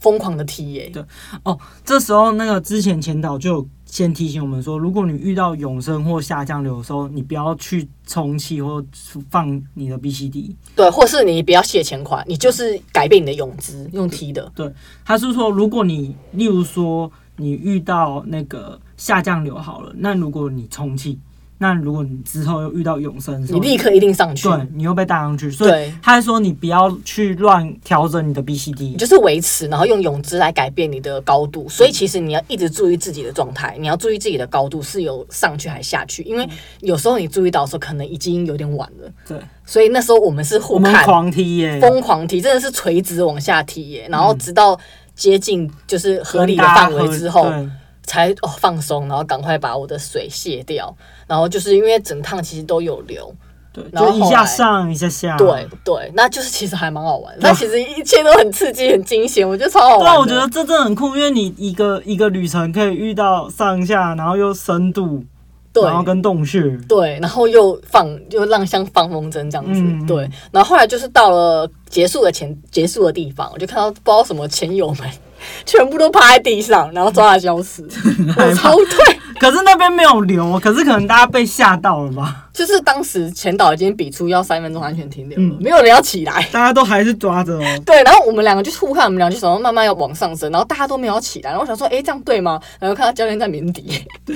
S1: 疯狂的踢耶、
S2: 对哦，这时候那个之前前导就有先提醒我们说，如果你遇到永生或下降流的时候，你不要去充气或放你的 BCD。
S1: 对，或是你不要卸前款，你就是改变你的泳姿，用踢的，
S2: 对，他是说，如果你例如说你遇到那个下降流好了，那如果你充气，那如果你之后又遇到永生的时
S1: 你
S2: 候，
S1: 立刻一定上去，
S2: 对你又被带上去，所以
S1: 对
S2: 他说你不要去乱调整你的 BCD
S1: 你。就是维持，然后用泳姿来改变你的高度。所以其实你要一直注意自己的状态，你要注意自己的高度是有上去还下去，因为有时候你注意到的时候，可能已经有点晚了。
S2: 对，
S1: 所以那时候我们是互
S2: 我们
S1: 看，
S2: 狂哎踢耶、
S1: 疯狂踢，真的是垂直往下踢耶，然后直到接近就是合理的范围之后，
S2: 嗯对
S1: 才哦放松，然后赶快把我的水卸掉，然后就是因为整趟其实都有流，
S2: 对，
S1: 然后
S2: 就一
S1: 后
S2: 下
S1: 来
S2: 上一下下，
S1: 对对，那就是其实还蛮好玩的，那其实一切都很刺激、很惊险，我觉得超好玩
S2: 对
S1: 的。
S2: 啊，我觉得这真的很酷，因为你一个一个旅程可以遇到上下，然后又深度，然后
S1: 对。
S2: 跟洞穴，
S1: 对，然后又放又让像放风筝这样子，
S2: 嗯嗯
S1: 对。然后后来就是到了结束的前结束的地方，我就看到不知道什么前友们全部都趴在地上，然后抓着礁 石，我超对，
S2: 可是那边没有流，可是可能大家被吓到了吧，
S1: 就是当时前导已经比出要三分钟安全停留了，
S2: 嗯
S1: 没有人要起来。
S2: 大家都还是抓着哦。
S1: 对，然后我们两个就互看，我们俩就想要慢慢要往上升，然后大家都没有要起来，然后我想说，哎、这样对吗？然后看到教练在鸣笛， 对，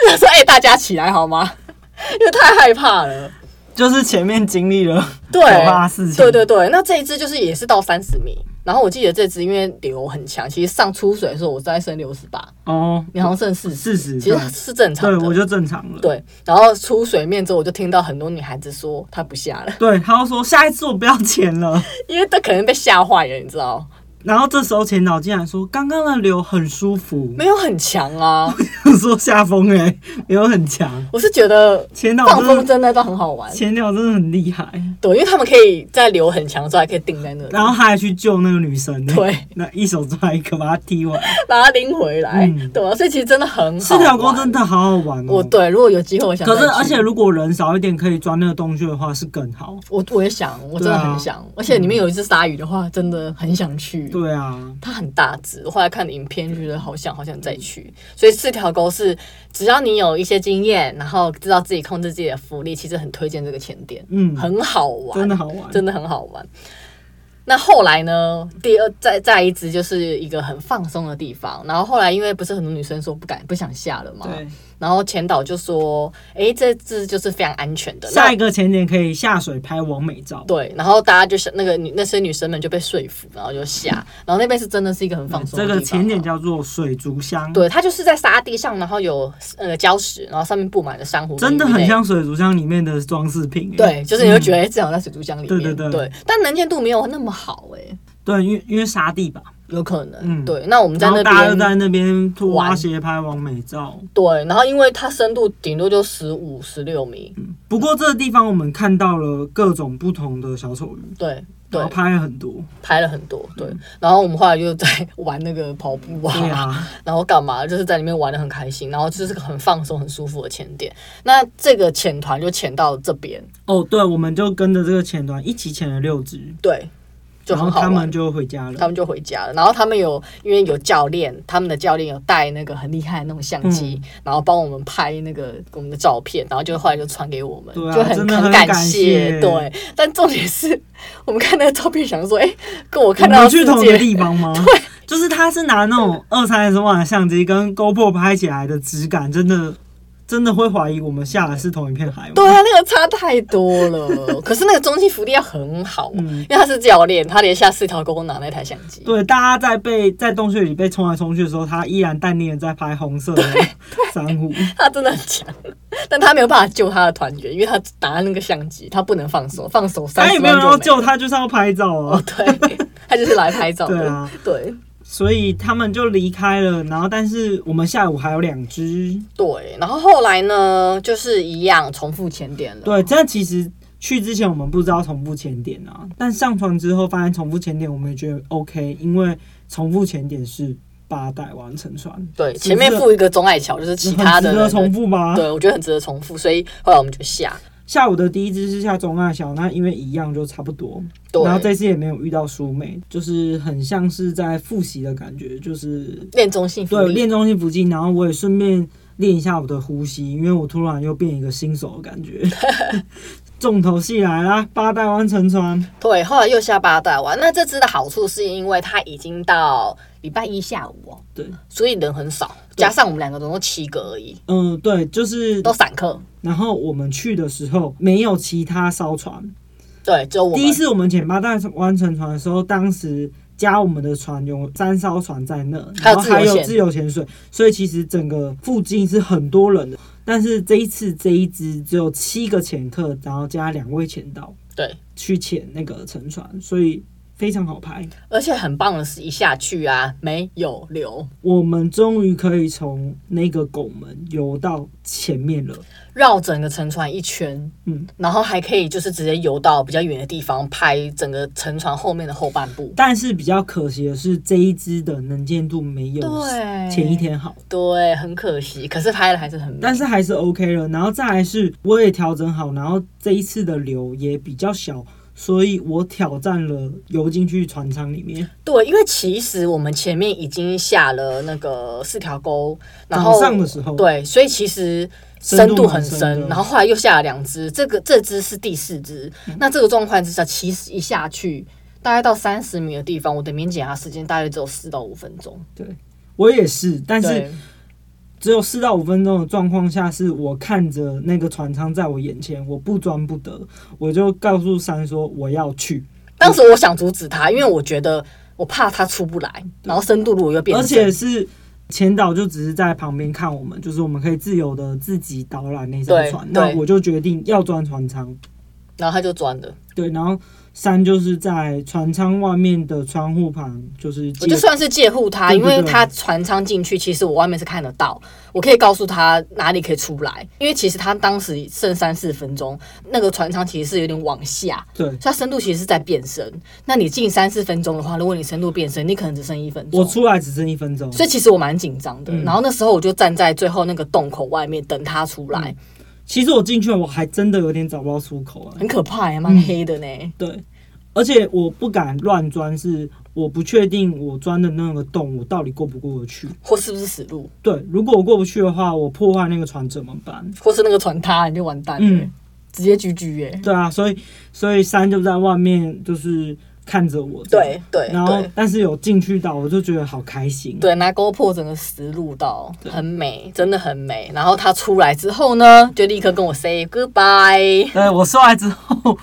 S1: 就想说，哎、大家起来好吗？ 因为太害怕了。
S2: 就是前面经历了
S1: 对
S2: 可怕的事，情，
S1: 对对对，那这一只就是也是到三十米，然后我记得这只因为流很强，其实上出水的时候我在剩六十八，
S2: 哦，
S1: 你好像剩四十，
S2: 40
S1: 其实
S2: 对
S1: 是正常
S2: 对
S1: 的。
S2: 我就正常了。
S1: 对，然后出水面之后，我就听到很多女孩子说她不下了。
S2: 对，他就说下一次我不要钱了，
S1: 因为他可能被吓坏了，你知道？
S2: 然后这时候前导竟然说：“刚刚的流很舒服。
S1: 没有很强 啊，”
S2: 说下风哎、没有很强。
S1: 我是觉得
S2: 前导
S1: 放
S2: 真
S1: 风
S2: 的，
S1: 筝那段很好玩，
S2: 前导真的很厉害。
S1: 对，因为他们可以在流很强的时候还可以定在那里，
S2: 然后他还去救那个女生、欸，
S1: 对，
S2: 那一手抓一个把她踢完。
S1: 把它拎回来，
S2: 嗯
S1: 对啊？所以其实真的很好
S2: 四
S1: 玩。
S2: 条沟真的好好玩哦、
S1: 我对，如果有机会，我想再
S2: 可
S1: 去。
S2: 是而且如果人少一点，可以钻那个洞穴的话是更好。
S1: 我我也想，我真的
S2: 啊
S1: 很想，而且里面有一只鲨鱼的话，真的很想去。
S2: 嗯对啊，
S1: 它很大只，我后来看影片觉得好想好想再去。所以四条沟是，只要你有一些经验，然后知道自己控制自己的浮力，其实很推荐这个前点，
S2: 嗯，
S1: 很好玩，
S2: 真的好玩。
S1: 真的很好玩。那后来呢？第二再再一支就是一个很放松的地方。然后后来因为不是很多女生说不敢不想下了嘛，
S2: 对，
S1: 然后前导就说：“诶，这支就是非常安全的。”
S2: 下一个前点可以下水拍完美照。
S1: 对，然后大家就是那个女那些女生们就被说服，然后就下，然后那边是真的是一个很放松的
S2: 嗯这
S1: 地方
S2: 个
S1: 啊。
S2: 前点叫做水族箱，
S1: 对，它就是在沙地上，然后有呃礁石，然后上面布满了珊瑚，
S2: 真的很。像水族箱里面的装饰品、欸。
S1: 对，就是你会觉得、哎诶至少在水族箱里面，
S2: 对对对
S1: 但能见度没有那么好哎、诶
S2: 对，因为因为沙地吧，
S1: 有可能。
S2: 嗯
S1: 对，那我们在
S2: 然后
S1: 那
S2: 大家就
S1: 边
S2: 在那边挖
S1: 玩
S2: 斜拍完美照。
S1: 对，然后因为它深度顶多就十五、十六米，
S2: 不过这个地方我们看到了各种不同的小丑鱼，
S1: 对对
S2: 然后，拍了很 多。
S1: 拍了很多，对。然后我们后来就在 玩那个跑步
S2: 嗯对啊，
S1: 然后干嘛，就是在里面玩的很开心，然后就是个很放松、很舒服的潜点。那这个潜团就潜到这边，
S2: 哦对，我们就跟着这个前端一起潜了六只，
S1: 对，就
S2: 然后
S1: 很好
S2: 他
S1: 玩。
S2: 们就回家
S1: 他
S2: 了。
S1: 们就回家了，然后他们有因为有教练，他们的教练有带那个很厉害的那种相机，
S2: 嗯
S1: 然后帮我们拍那个我们的照片，然后就后来就传给我们，
S2: 对啊
S1: 就
S2: 真的很
S1: 很
S2: 感
S1: 谢
S2: 谢
S1: 对，但重点是 我们看那个照片，想说，哎、跟我
S2: 我
S1: 看到
S2: 们
S1: 的
S2: 去
S1: 世
S2: 同一个
S1: 界
S2: 地方 吗？就是他是拿那种二三十万的相机跟 GoPro 拍起来的质感，真的真的会怀疑我们下的是同一片海吗？
S1: 对啊，那个差太多了。 可是那个中心福利要很好、
S2: 嗯
S1: 因为他是教练，他连下四条沟拿那台相机。
S2: 对，大家在被在洞穴里被冲来冲去的时候，他依然淡定的在拍红色的珊瑚。
S1: 他真的很强，但他没有办法救他的团员，因为他拿那个相机，他不能放手，放手三
S2: 他也
S1: 十
S2: 没
S1: 万
S2: 有
S1: 就
S2: 要救
S1: 没
S2: 他，就是要拍照啊
S1: 哦。， 对，他就是来拍照
S2: 对
S1: 的，
S2: 啊，
S1: 对
S2: 所以他们就离开了。然后，但是我们下午还有两只。
S1: 对。然后后来呢，就是一样重复前点了，
S2: 对，这其实去之前我们不知道重复前点啊，但上船之后发现重复前点，我们也觉得 OK，因为重复前点是八代完成船，
S1: 对，
S2: 是
S1: 前面附一个钟爱桥，就是其他的
S2: 很值得
S1: 人
S2: 重复啊吗？
S1: 对，我觉得很值得重复，所以后来我们就下，
S2: 下午的第一只是下中爱小，那因为一样就差不多。
S1: 对，
S2: 然后这次也没有遇到苏妹，就是很像是在复习的感觉，就是
S1: 练中性福
S2: 对
S1: 利，
S2: 练中心腹肌，然后我也顺便练一下我的呼吸，因为我突然又变一个新手的 感觉。重头戏来啦，八代湾沉船，
S1: 对，后来又下八大湾。那这支的好处是因为它已经到礼拜一下午哦，
S2: 对，
S1: 所以人很少，
S2: 对
S1: 加上我们两个总共七个而已，
S2: 嗯、对，就是
S1: 都，散客。
S2: 然后我们去的时候没有其他艘船。
S1: 对，只有我们
S2: 第一次我们潜八代湾沉船的时候，当时加我们的船有三艘船在那，
S1: 还有
S2: 然后
S1: 自由
S2: 还有
S1: 潜
S2: 自由潜水，所以其实整个附近是很多人的。但是这一次这一支只有七个潜客，然后加两位潜导，
S1: 对，
S2: 去潜那个沉船，所以非常好拍。
S1: 而且很棒的是，一下去啊，没有流，
S2: 我们终于可以从那个拱门游到前面了，
S1: 绕整个沉船一圈，
S2: 嗯，
S1: 然后还可以就是直接游到比较远的地方拍整个沉船后面的后半部。
S2: 但是比较可惜的是，这一支的能见度没有
S1: 对
S2: 前一天好，
S1: 对，很可惜，可是拍的还是很美。
S2: 但是还是 OK 了。然后再来是我也调整好，然后这一次的流也比较小，所以我挑战了游进去船舱里面。
S1: 对，因为其实我们前面已经下了那个四条沟，然后
S2: 早上的时候，
S1: 对，所以其实
S2: 深
S1: 深
S2: 度
S1: 度
S2: 很
S1: 很
S2: 深
S1: 深
S2: 的，
S1: 然后后来又下了两只，这个这只是第四只。
S2: 嗯
S1: 那这个状况之下，其实一下去大概到三十米的地方，我的免检压时间大概只有四到五分钟。
S2: 我也是，但是
S1: 对
S2: 只有四到五分钟的状况下，是我看着那个船舱在我眼前，我不钻不得，我就告诉山说我要去，
S1: 当时我想阻止他，因为我觉得我怕他出不来，然后深度如果又变
S2: 而
S1: 深，
S2: 且是。前导就只是在旁边看我们，就是我们可以自由的自己导览那艘
S1: 对
S2: 船。
S1: 对
S2: 那我就决定要钻船舱，
S1: 然后他就钻了。
S2: 对，然后三就是在船舱外面的窗户旁，就是
S1: 我就算是借护他，
S2: 对对
S1: 因为
S2: 对
S1: 他船舱进去，其实我外面是看得到，我可以告诉他哪里可以出来。因为其实他当时剩三四分钟，那个船舱其实是有点往下，
S2: 对。
S1: 所以它深度其实是在变深。那你进三四分钟的话，如果你深度变深，你可能只剩一分钟。
S2: 我出来只剩一分钟，
S1: 所以其实我蛮紧张的。
S2: 嗯
S1: 然后那时候我就站在最后那个洞口外面等他出来，
S2: 嗯其实我进去了我还真的有点找不到出口啊。
S1: 很可怕、还蛮黑的呢。
S2: 对，而且我不敢乱钻，是我不确定我钻的那个洞我到底过不过得去。
S1: 或是不是死路，
S2: 对，如果我过不去的话，我破坏那个船怎么办？
S1: 或是那个船塌，你就完蛋了，
S2: 嗯
S1: 直接欸居居耶。
S2: 对啊，所以所以三就在外面就是看着我这样，
S1: 对对
S2: 然后
S1: 对
S2: 但是有进去到，我就觉得好开心。
S1: 对，拿 GoPro 整个实录到
S2: 对
S1: 很美，真的很美。然后他出来之后呢，就立刻跟我 say goodbye。
S2: 对，我出来之后，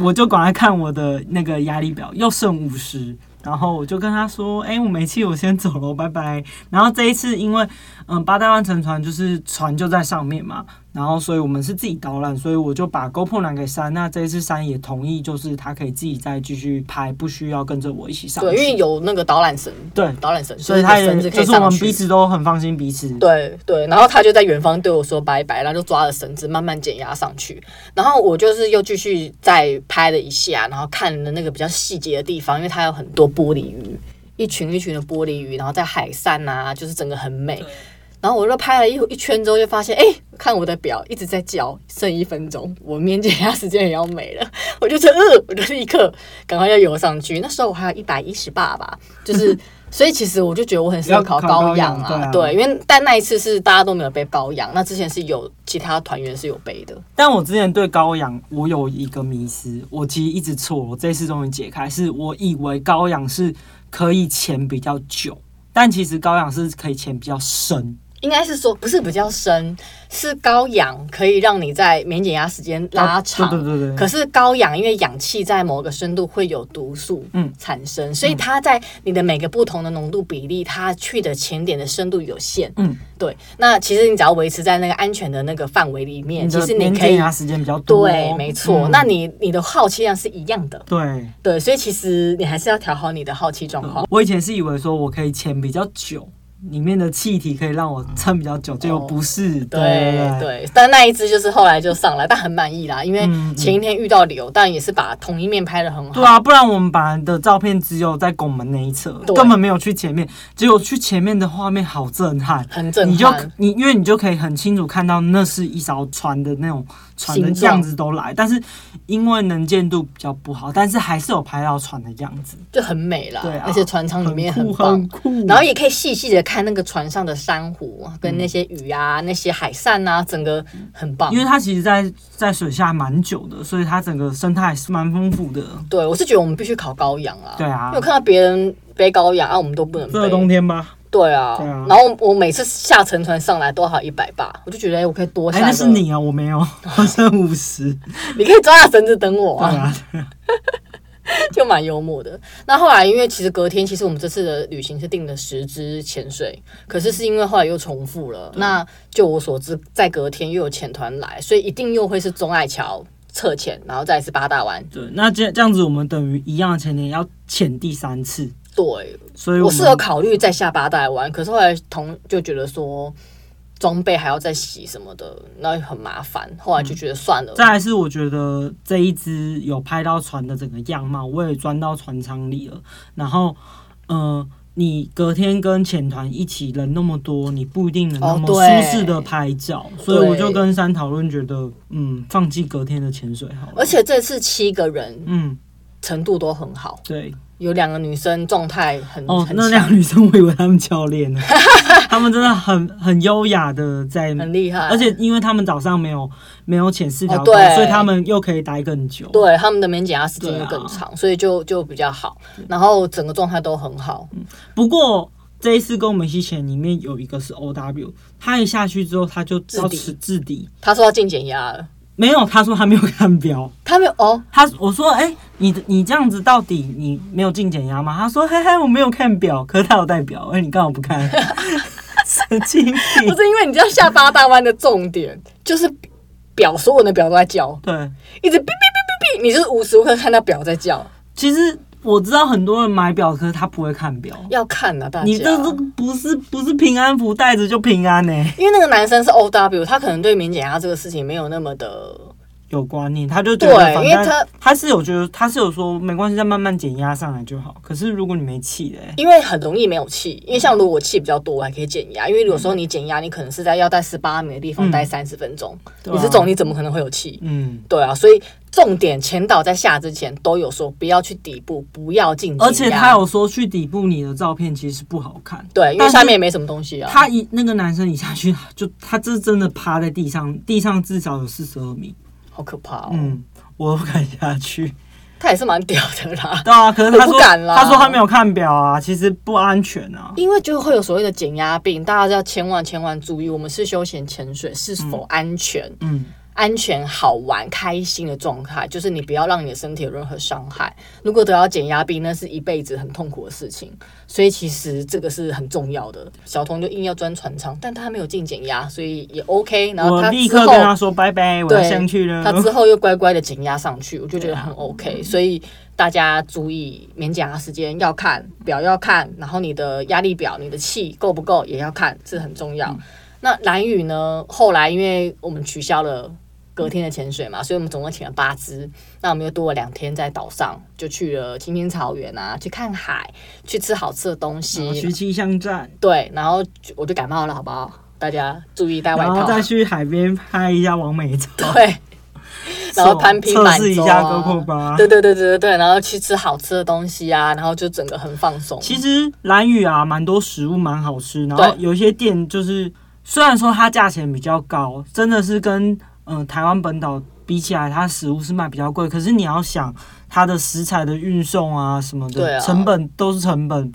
S2: 我就赶快看我的那个压力表，又剩五十，然后我就跟他说：“哎、我没气，我先走了，拜拜。”然后这一次，因为嗯，八代湾沉船就是船就在上面嘛，然后所以我们是自己导览，所以我就把 GoPro 栏给删。那这一次删也同意，就是他可以自己再继续拍，不需要跟着我一起上去。
S1: 对，因为有那个导览绳，
S2: 对
S1: 导览绳，
S2: 所以他
S1: 绳
S2: 也
S1: 子可
S2: 就
S1: 以
S2: 是我
S1: 上
S2: 们
S1: 去。
S2: 彼此都很放心彼此。
S1: 对对，然后他就在远方对我说拜拜，然后就抓了绳子慢慢减压上去。然后我就是又继续再拍了一下，然后看了那个比较细节的地方，因为它有很多玻璃鱼，一群一群的玻璃鱼，然后在海上啊，就是整个很美。然后我就拍了一一圈之后，就发现，哎、看我的表一直在叫，剩一分钟，我面检压时间也要没了，我就觉得，呃，我 就立刻赶快要游上去。那时候我还有一百一十八吧，就是， 所以其实我就觉得我很适合
S2: 要
S1: 考
S2: 考高
S1: 氧
S2: 氧
S1: 啊，
S2: 对啊
S1: 对，因为但那一次是大家都没有被包养，那之前是有其他团员是有背的，
S2: 但我之前对高氧，我有一个迷思，我其实一直错，我这次终于解开，是我以为高氧是可以潜比较久，但其实高氧是可以潜比较深，
S1: 应该是说不是比较深，是高氧可以让你在免减压时间拉长。
S2: 哦对对对
S1: 可
S2: 对，
S1: 是高氧，因为氧气在某个深度会有毒素
S2: 嗯
S1: 产生，所以它在你的每个不同的浓度比例，它去的浅点的深度有限。
S2: 嗯，
S1: 对，那其实你只要维持在那个安全的那个范围里面，
S2: 你
S1: 其
S2: 的
S1: 实你
S2: 年
S1: 可
S2: 检
S1: 以
S2: 牙时间比较多，
S1: 对，没错。
S2: 嗯
S1: 那你你的耗气量是一样的，
S2: 对。
S1: 对，所以其实你还是要调好你的耗气状况。
S2: 我以前是以为说我可以潜比较久，里面的气体可以让我撑比较久，结果不是，
S1: 哦对
S2: 对对，
S1: 对，但那一只就是后来就上来，但很满意啦，因为
S2: 嗯嗯
S1: 前一天遇到流，但也是把同一面拍的很好
S2: 对。啊，不然我们把的照片只有在拱门那一侧，
S1: 对
S2: 根本没有去前面，结果去前面的画面好震撼，
S1: 很震撼
S2: 你就你因为你就可以很清楚看到那是一艘船的那种船的
S1: 形状
S2: 样子都来，但是因为能见度比较不好，但是还是有拍到船的样子，
S1: 就很美啦，
S2: 对啊
S1: 而且船舱里面
S2: 很酷
S1: 棒，
S2: 很酷
S1: 然后也可以细细的看那个船上的珊瑚跟那些鱼啊、那些海扇啊，整个很棒
S2: 嗯因。为它其实在在水下蛮久的，所以它整个生态是蛮丰富的。
S1: 对，我是觉得我们必须烤羔羊啊，
S2: 对啊
S1: 因为我看到别人背羔羊啊，我们都不能
S2: 这个冬
S1: 背。
S2: 天吧，
S1: 对啊，
S2: 对啊
S1: 然后我每次下沉船上来都好一百八，我就觉得哎我可以多
S2: 哎，
S1: 下
S2: 那
S1: 一
S2: 是
S1: 个，
S2: 你啊，我没有，我剩五十。
S1: 你可以抓着绳子等我
S2: 对
S1: 啊。
S2: 啊，
S1: 就蛮幽默的。那后来因为其实隔天，其实我们这次的旅行是订了十支潜水，可是是因为后来又重复了。那就我所知，在隔天又有潜团来，所以一定又会是中爱桥侧潜，然后再是八大湾。
S2: 对，那这这样子，我们等于一样的前年要潜第三次，
S1: 对，
S2: 所以
S1: 我
S2: 我
S1: 是啊
S2: 们
S1: 有考虑再下八大湾，可是后来同就觉得说。装备还要再洗什么的，那很麻烦。后
S2: 嗯
S1: 来就觉得算了，
S2: 再来是我觉得这一只有拍到船的整个样貌，我也钻到船舱里了。然后，呃，你隔天跟潜团一起人那么多，你不一定能那
S1: 哦
S2: 么
S1: 对
S2: 舒适的拍照，所以我就跟三讨论，觉得嗯，放弃隔天的潜水好了
S1: 而。且这次七个人
S2: 嗯，
S1: 程度都很好，
S2: 对，
S1: 有两个女生状态很
S2: 哦，
S1: 嗯很
S2: 那
S1: 强，
S2: 两个女生我以为她们教 练呢，她们真的很很优雅的在，
S1: 很厉害。
S2: 而且因为她们早上没有没有潜四条
S1: 哦
S2: 沟，
S1: 对
S2: 所以她们又可以待更久。
S1: 对，他们的免检压时间
S2: 对
S1: 又
S2: 啊
S1: 更长，所以就就比较好，然后整个状态都很好。
S2: 不过这一次跟我们一起潜里面有一个是 O W，他一下去之后他就
S1: 自
S2: 要
S1: 底
S2: 吃自底，
S1: 他说要进减压了，
S2: 没有他说他没有看表，
S1: 他没有 哦，
S2: 他我说哎、你你这样子到底你没有进减压吗？他说嘿嘿我没有看表，可是他有带表，哎、你干嘛不看？ 神经
S1: 不
S2: 病，
S1: 是因为你知道下八大湾的重点就是表所有的表都在叫，
S2: 对
S1: 一直哔哔哔哔哔，你就是无时无刻看到表在叫，
S2: 其实我知道很多人买表，可是他不会看表。
S1: 要看啊，大家。
S2: 你这这不是不是平安符带着就平安呢、
S1: 因为那个男生是 O W，他可能对免检压这个事情没有那么的，
S2: 有观念，他就觉得
S1: 对
S2: 反
S1: 因为
S2: 正
S1: 他
S2: 他是有觉得他是有说没关系，再慢慢减压上来就好。可是如果你没气嘞、
S1: 因为很容易没有气。因为像如果我气比较多，我还可以减压，因为有时候你减压，你可能是在要在十八米的地方
S2: 嗯
S1: 待三十分钟，
S2: 对
S1: 你
S2: 啊
S1: 这种你怎么可能会有气？
S2: 嗯，
S1: 对啊，所以重点前导在下之前都有说不要去底部，不要进减压，
S2: 而且他有说去底部你的照片其实不好看。
S1: 对，因为
S2: 但是
S1: 下面也没什么东西啊。
S2: 他一那个男生一下去就他这真的趴在地上，地上至少有四十二米。
S1: 好可怕哦，
S2: 嗯，我不敢下 去。
S1: 他也是蛮屌的 啦。
S2: 对啊，可是他
S1: 我
S2: 说
S1: 不敢啦
S2: 他说他没有看表啊，其实不安全啊。
S1: 因为就会有所谓的减压病，大家要千万千万注意，我们是休闲潜水是否安全、
S2: 嗯，
S1: 安全、好玩、开心的状态，就是你不要让你的身体有任何伤害。如果得到减压病，那是一辈子很痛苦的事情，所以其实这个是很重要的。小童就硬要钻船舱，但他没有进减压，所以也 OK。然后
S2: 我
S1: 他
S2: 立
S1: 之
S2: 刻
S1: 后
S2: 跟他说拜拜，我要
S1: 对
S2: 上去了。
S1: 他之后又乖乖的减压上去，我就觉得很
S2: 对啊
S1: OK，、所以大家注意免减压时间要看表要看，然后你的压力表、你的气够不够也要看，这很重
S2: 嗯
S1: 要。那蓝宇呢？后来因为我们取消了隔天的潜水嘛，所以我们总共请了八支，那我们又多了两天在岛上，就去了青青草原啊，去看海，去吃好吃的东
S2: 然后
S1: 西
S2: 去，气象站，
S1: 对，然后就我就感冒了，好不好？大家注意带外
S2: 然后
S1: 套。
S2: 再去海边拍一下完美照，
S1: 对，然后攀平
S2: 测
S1: 板
S2: 试一
S1: 舟
S2: 下
S1: 啊
S2: 胳膊吧。
S1: 对对对对对对，然后去吃好吃的东西啊，然后就整个很放松。
S2: 其实兰屿啊，蛮多食物蛮好吃，然后
S1: 对
S2: 有一些店就是虽然说它价钱比较高，真的是跟嗯、呃台湾本岛比起来，它食物是卖比较贵，可是你要想它的食材的运送啊什么
S1: 对
S2: 的，
S1: 啊
S2: 成本都是成本。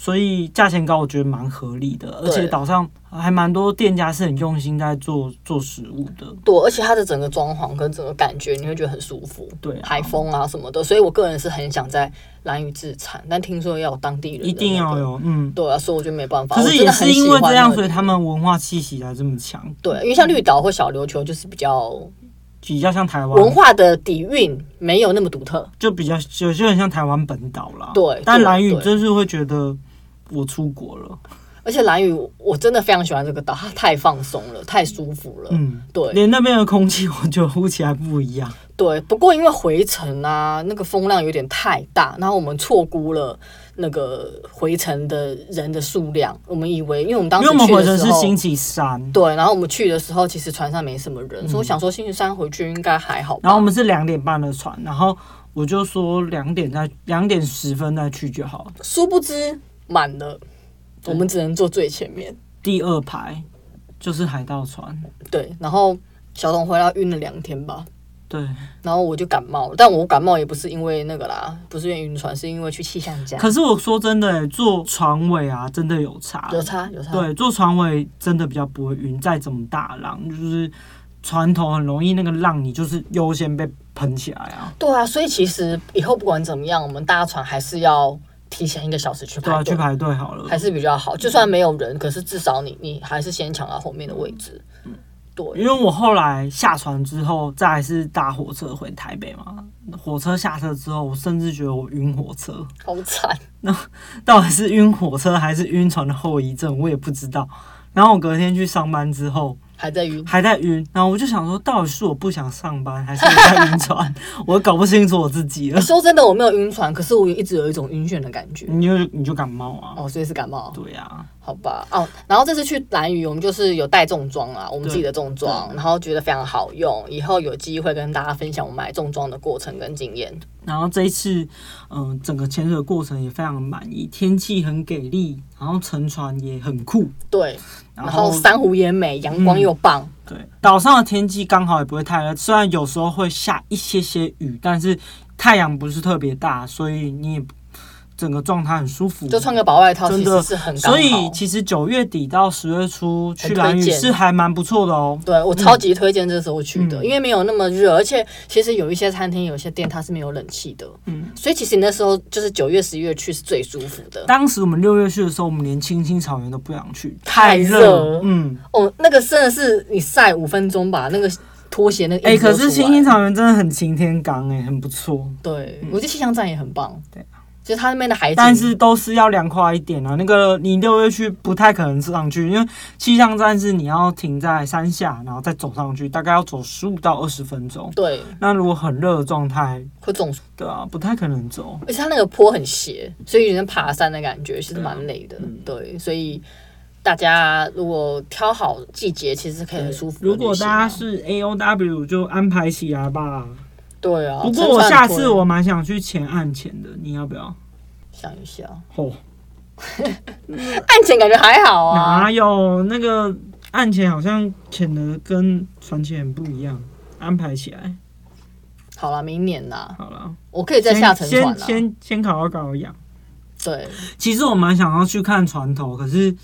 S2: 所以价钱高，我觉得蛮合理的，而且
S1: 对
S2: 岛上还蛮多店家是很用心在做做食物的，
S1: 对，而且它的整个装潢跟整个感觉，你会觉得很舒服，
S2: 对、啊，
S1: 海风啊什么的。所以我个人是很想在兰屿自产，但听说要有当地人、
S2: 一定要。有，嗯。
S1: 对啊，所以我就没办法。
S2: 可
S1: 我
S2: 是
S1: 真
S2: 也
S1: 的很
S2: 是因为
S1: 喜欢
S2: 这样，
S1: 那
S2: 所以
S1: 里
S2: 他们文化气息才这么强，
S1: 对，因为像绿岛或小琉球就是比较
S2: 比较像台湾
S1: 文化的底蕴没有那么独特。
S2: 就比较有些很像台湾本岛啦。
S1: 对
S2: 但
S1: 对
S2: 蓝屿
S1: 对
S2: 就是会觉得我出国了，
S1: 而且兰屿我真的非常喜欢这个岛，它太放松了，太舒服了。
S2: 嗯，
S1: 对，
S2: 连那边的空气我觉得呼起来不一样。
S1: 对，不过因为回程啊，那个风浪有点太大，然后我们错估了那个回程的人的数量。我们以为，因为我们当
S2: 因
S1: 时
S2: 为我们
S1: 去
S2: 回
S1: 的
S2: 程
S1: 时
S2: 是
S1: 候，
S2: 星期三，
S1: 对，然后我们去的时候其实船上没什么人，所以
S2: 嗯
S1: 我想说星期三回去应该还好吧。
S2: 然后我们是两点半的船，然后我就说两点再两点十分再去就好了。
S1: 殊不知满了，我们只能坐最前面。
S2: 第二排就是海盗船，对
S1: 对，然后小童回来晕了两天吧，
S2: 对。
S1: 然后我就感冒了，但我感冒也不是因为那个啦，不是因为晕船，是因为去气象家。
S2: 可是我说真的、坐船尾啊，真的有差，
S1: 有差有差，
S2: 对，坐船尾真的比较不会晕，再怎么大浪，就是船头很容易那个浪，你就是优先被喷起来啊。
S1: 对啊，所以其实以后不管怎么样，我们搭船还是要提前一个小时去
S2: 对啊，
S1: 排
S2: 去
S1: 队，
S2: 排队好了
S1: 还，是比较好。就算没有人，可是至少你你还是先抢到后面的位置。
S2: 因
S1: 对，
S2: 为我后来下船之后，再来是搭火车回台北嘛。火车下车之后，我甚至觉得我晕火车，
S1: 好惨。
S2: 到底是晕火车还是晕船的后遗症，我也不知道。然后我隔天去上班之后
S1: 还在晕，
S2: 还在晕，然后我就想说，到底是我不想上班，还是我在晕船？ 我搞不清楚我自己了。
S1: 哎说真的，我没有晕船，可是我一直有一种晕眩的感觉。
S2: 你就你就感冒啊？
S1: 哦，所以是感冒，
S2: 嗯对啊，
S1: 好吧？哦，然后这次去蓝屿，我们就是有带重装啊，我们
S2: 对
S1: 自己的重装，然后觉得非常好用，以后有机会跟大家分享我买重装的过程跟经验。
S2: 然后这一次，嗯、整个潜水的过程也非常满意，天气很给力，然后沉船也很酷，
S1: 对，
S2: 然
S1: 然
S2: 后
S1: 后珊瑚也美，阳光又棒，
S2: 对岛上的天气刚好也不会太热，虽然有时候会下一些些雨，但是太阳不是特别大，所以你也整个状态很舒服。
S1: 就穿个薄外套
S2: 真
S1: 其
S2: 的
S1: 实是很刚好。
S2: 所以其实九月底到十月初去
S1: 很推
S2: 蓝屿
S1: 荐
S2: 是还蛮不错的哦。
S1: 对我超级推荐这时候去的，
S2: 嗯
S1: 因为没有那么热，而且其实有一些餐厅、有一些店它是没有冷气的，
S2: 嗯，
S1: 所以其实你那时候就是九月、十月去是最舒服的。
S2: 当时我们六月去的时候，我们连青青草原都不想去，
S1: 太
S2: 热
S1: 热
S2: 了。嗯，
S1: 哦，那个真的是你晒五分钟吧，那个拖鞋那个
S2: 哎、
S1: 印
S2: 可
S1: 都出来。
S2: 是青青草原真的很晴天港哎、很不错，
S1: 对，我觉得气象站也很棒。
S2: 对，
S1: 就是它那边的海景，
S2: 但是都是要凉快一点啊。那个你六月去不太可能上去，因为气象站是你要停在山下，然后再走上去，大概要走十五到二十分钟。
S1: 对
S2: 那如果很热的状态，
S1: 会中暑，
S2: 对啊，不太可能走。
S1: 而且它那个坡很斜，所以有点爬山的感觉，其实蛮累的。
S2: 啊嗯
S1: 对，所以大家如果挑好季节，其实可以很舒服地旅行啊。
S2: 如果大家是 A O W，就安排起来吧。
S1: 对啊，
S2: 不
S1: 真
S2: 过
S1: 的
S2: 我
S1: 很
S2: 下
S1: 推
S2: 次我蛮想去前岸前的，你要不要？
S1: 想一下，
S2: 哦，
S1: 岸前感觉还好啊。
S2: 哪有那个岸前好像潜的跟船前不一样，安排起来
S1: 好了，明年啦，
S2: 好了。
S1: 我可以再下沉船
S2: 先
S1: 了。
S2: 先先考到高阳。
S1: 对，
S2: 其实我蛮想要去看船头，可是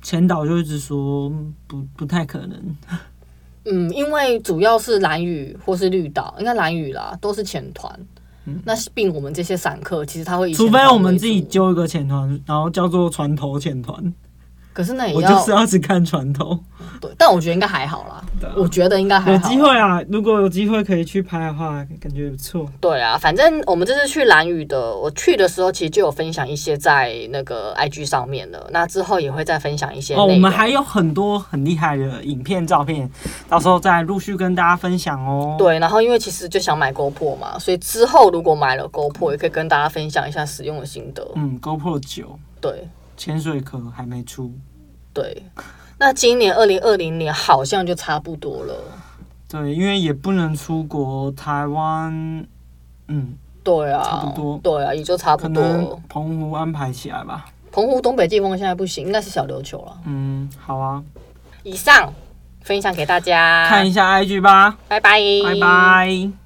S2: 前导就一直说嗯不不太可能。
S1: 嗯，因为主要是蓝屿或是绿岛，应该蓝屿啦，都是潜团。那并我们这些散客，其实他会以
S2: 嗯除非
S1: 潜团
S2: 我们
S1: 为
S2: 自己
S1: 主，
S2: 揪一个潜团，然后叫做船头潜团，
S1: 可是那也
S2: 我
S1: 要
S2: 就是要只看船头。
S1: 对，但我觉得应该还好啦
S2: 对啊，
S1: 我觉得应该还
S2: 有
S1: 好。
S2: 机会啊，如果有机会可以去拍的话，感觉不错。
S1: 对啊，反正我们这次去蓝屿的，我去的时候其实就有分享一些在那个 IG 上面的，那之后也会再分享一些内
S2: 哦，
S1: 容。
S2: 我们还有很多很厉害的影片、照片，到时候再陆续跟大家分享哦。，
S1: 对，然后因为其实就想买 GoPro 嘛，所以之后如果买了 GoPro，也可以跟大家分享一下使用的心得。
S2: 嗯，GoPro 九
S1: 对
S2: 潜水壳还没出，
S1: 对，那今年二零二零年好像就差不多了。
S2: 对，因为也不能出国，台湾，嗯，
S1: 对啊，
S2: 差不多
S1: 对啊，也就差不
S2: 可
S1: 多
S2: 能
S1: 了。
S2: 澎湖安排起来吧。
S1: 澎湖东北季风现在不行，应该是小琉球了。
S2: 嗯，好啊，
S1: 以上分享给大家，
S2: 看一下 IG 吧，
S1: 拜拜，
S2: 拜拜。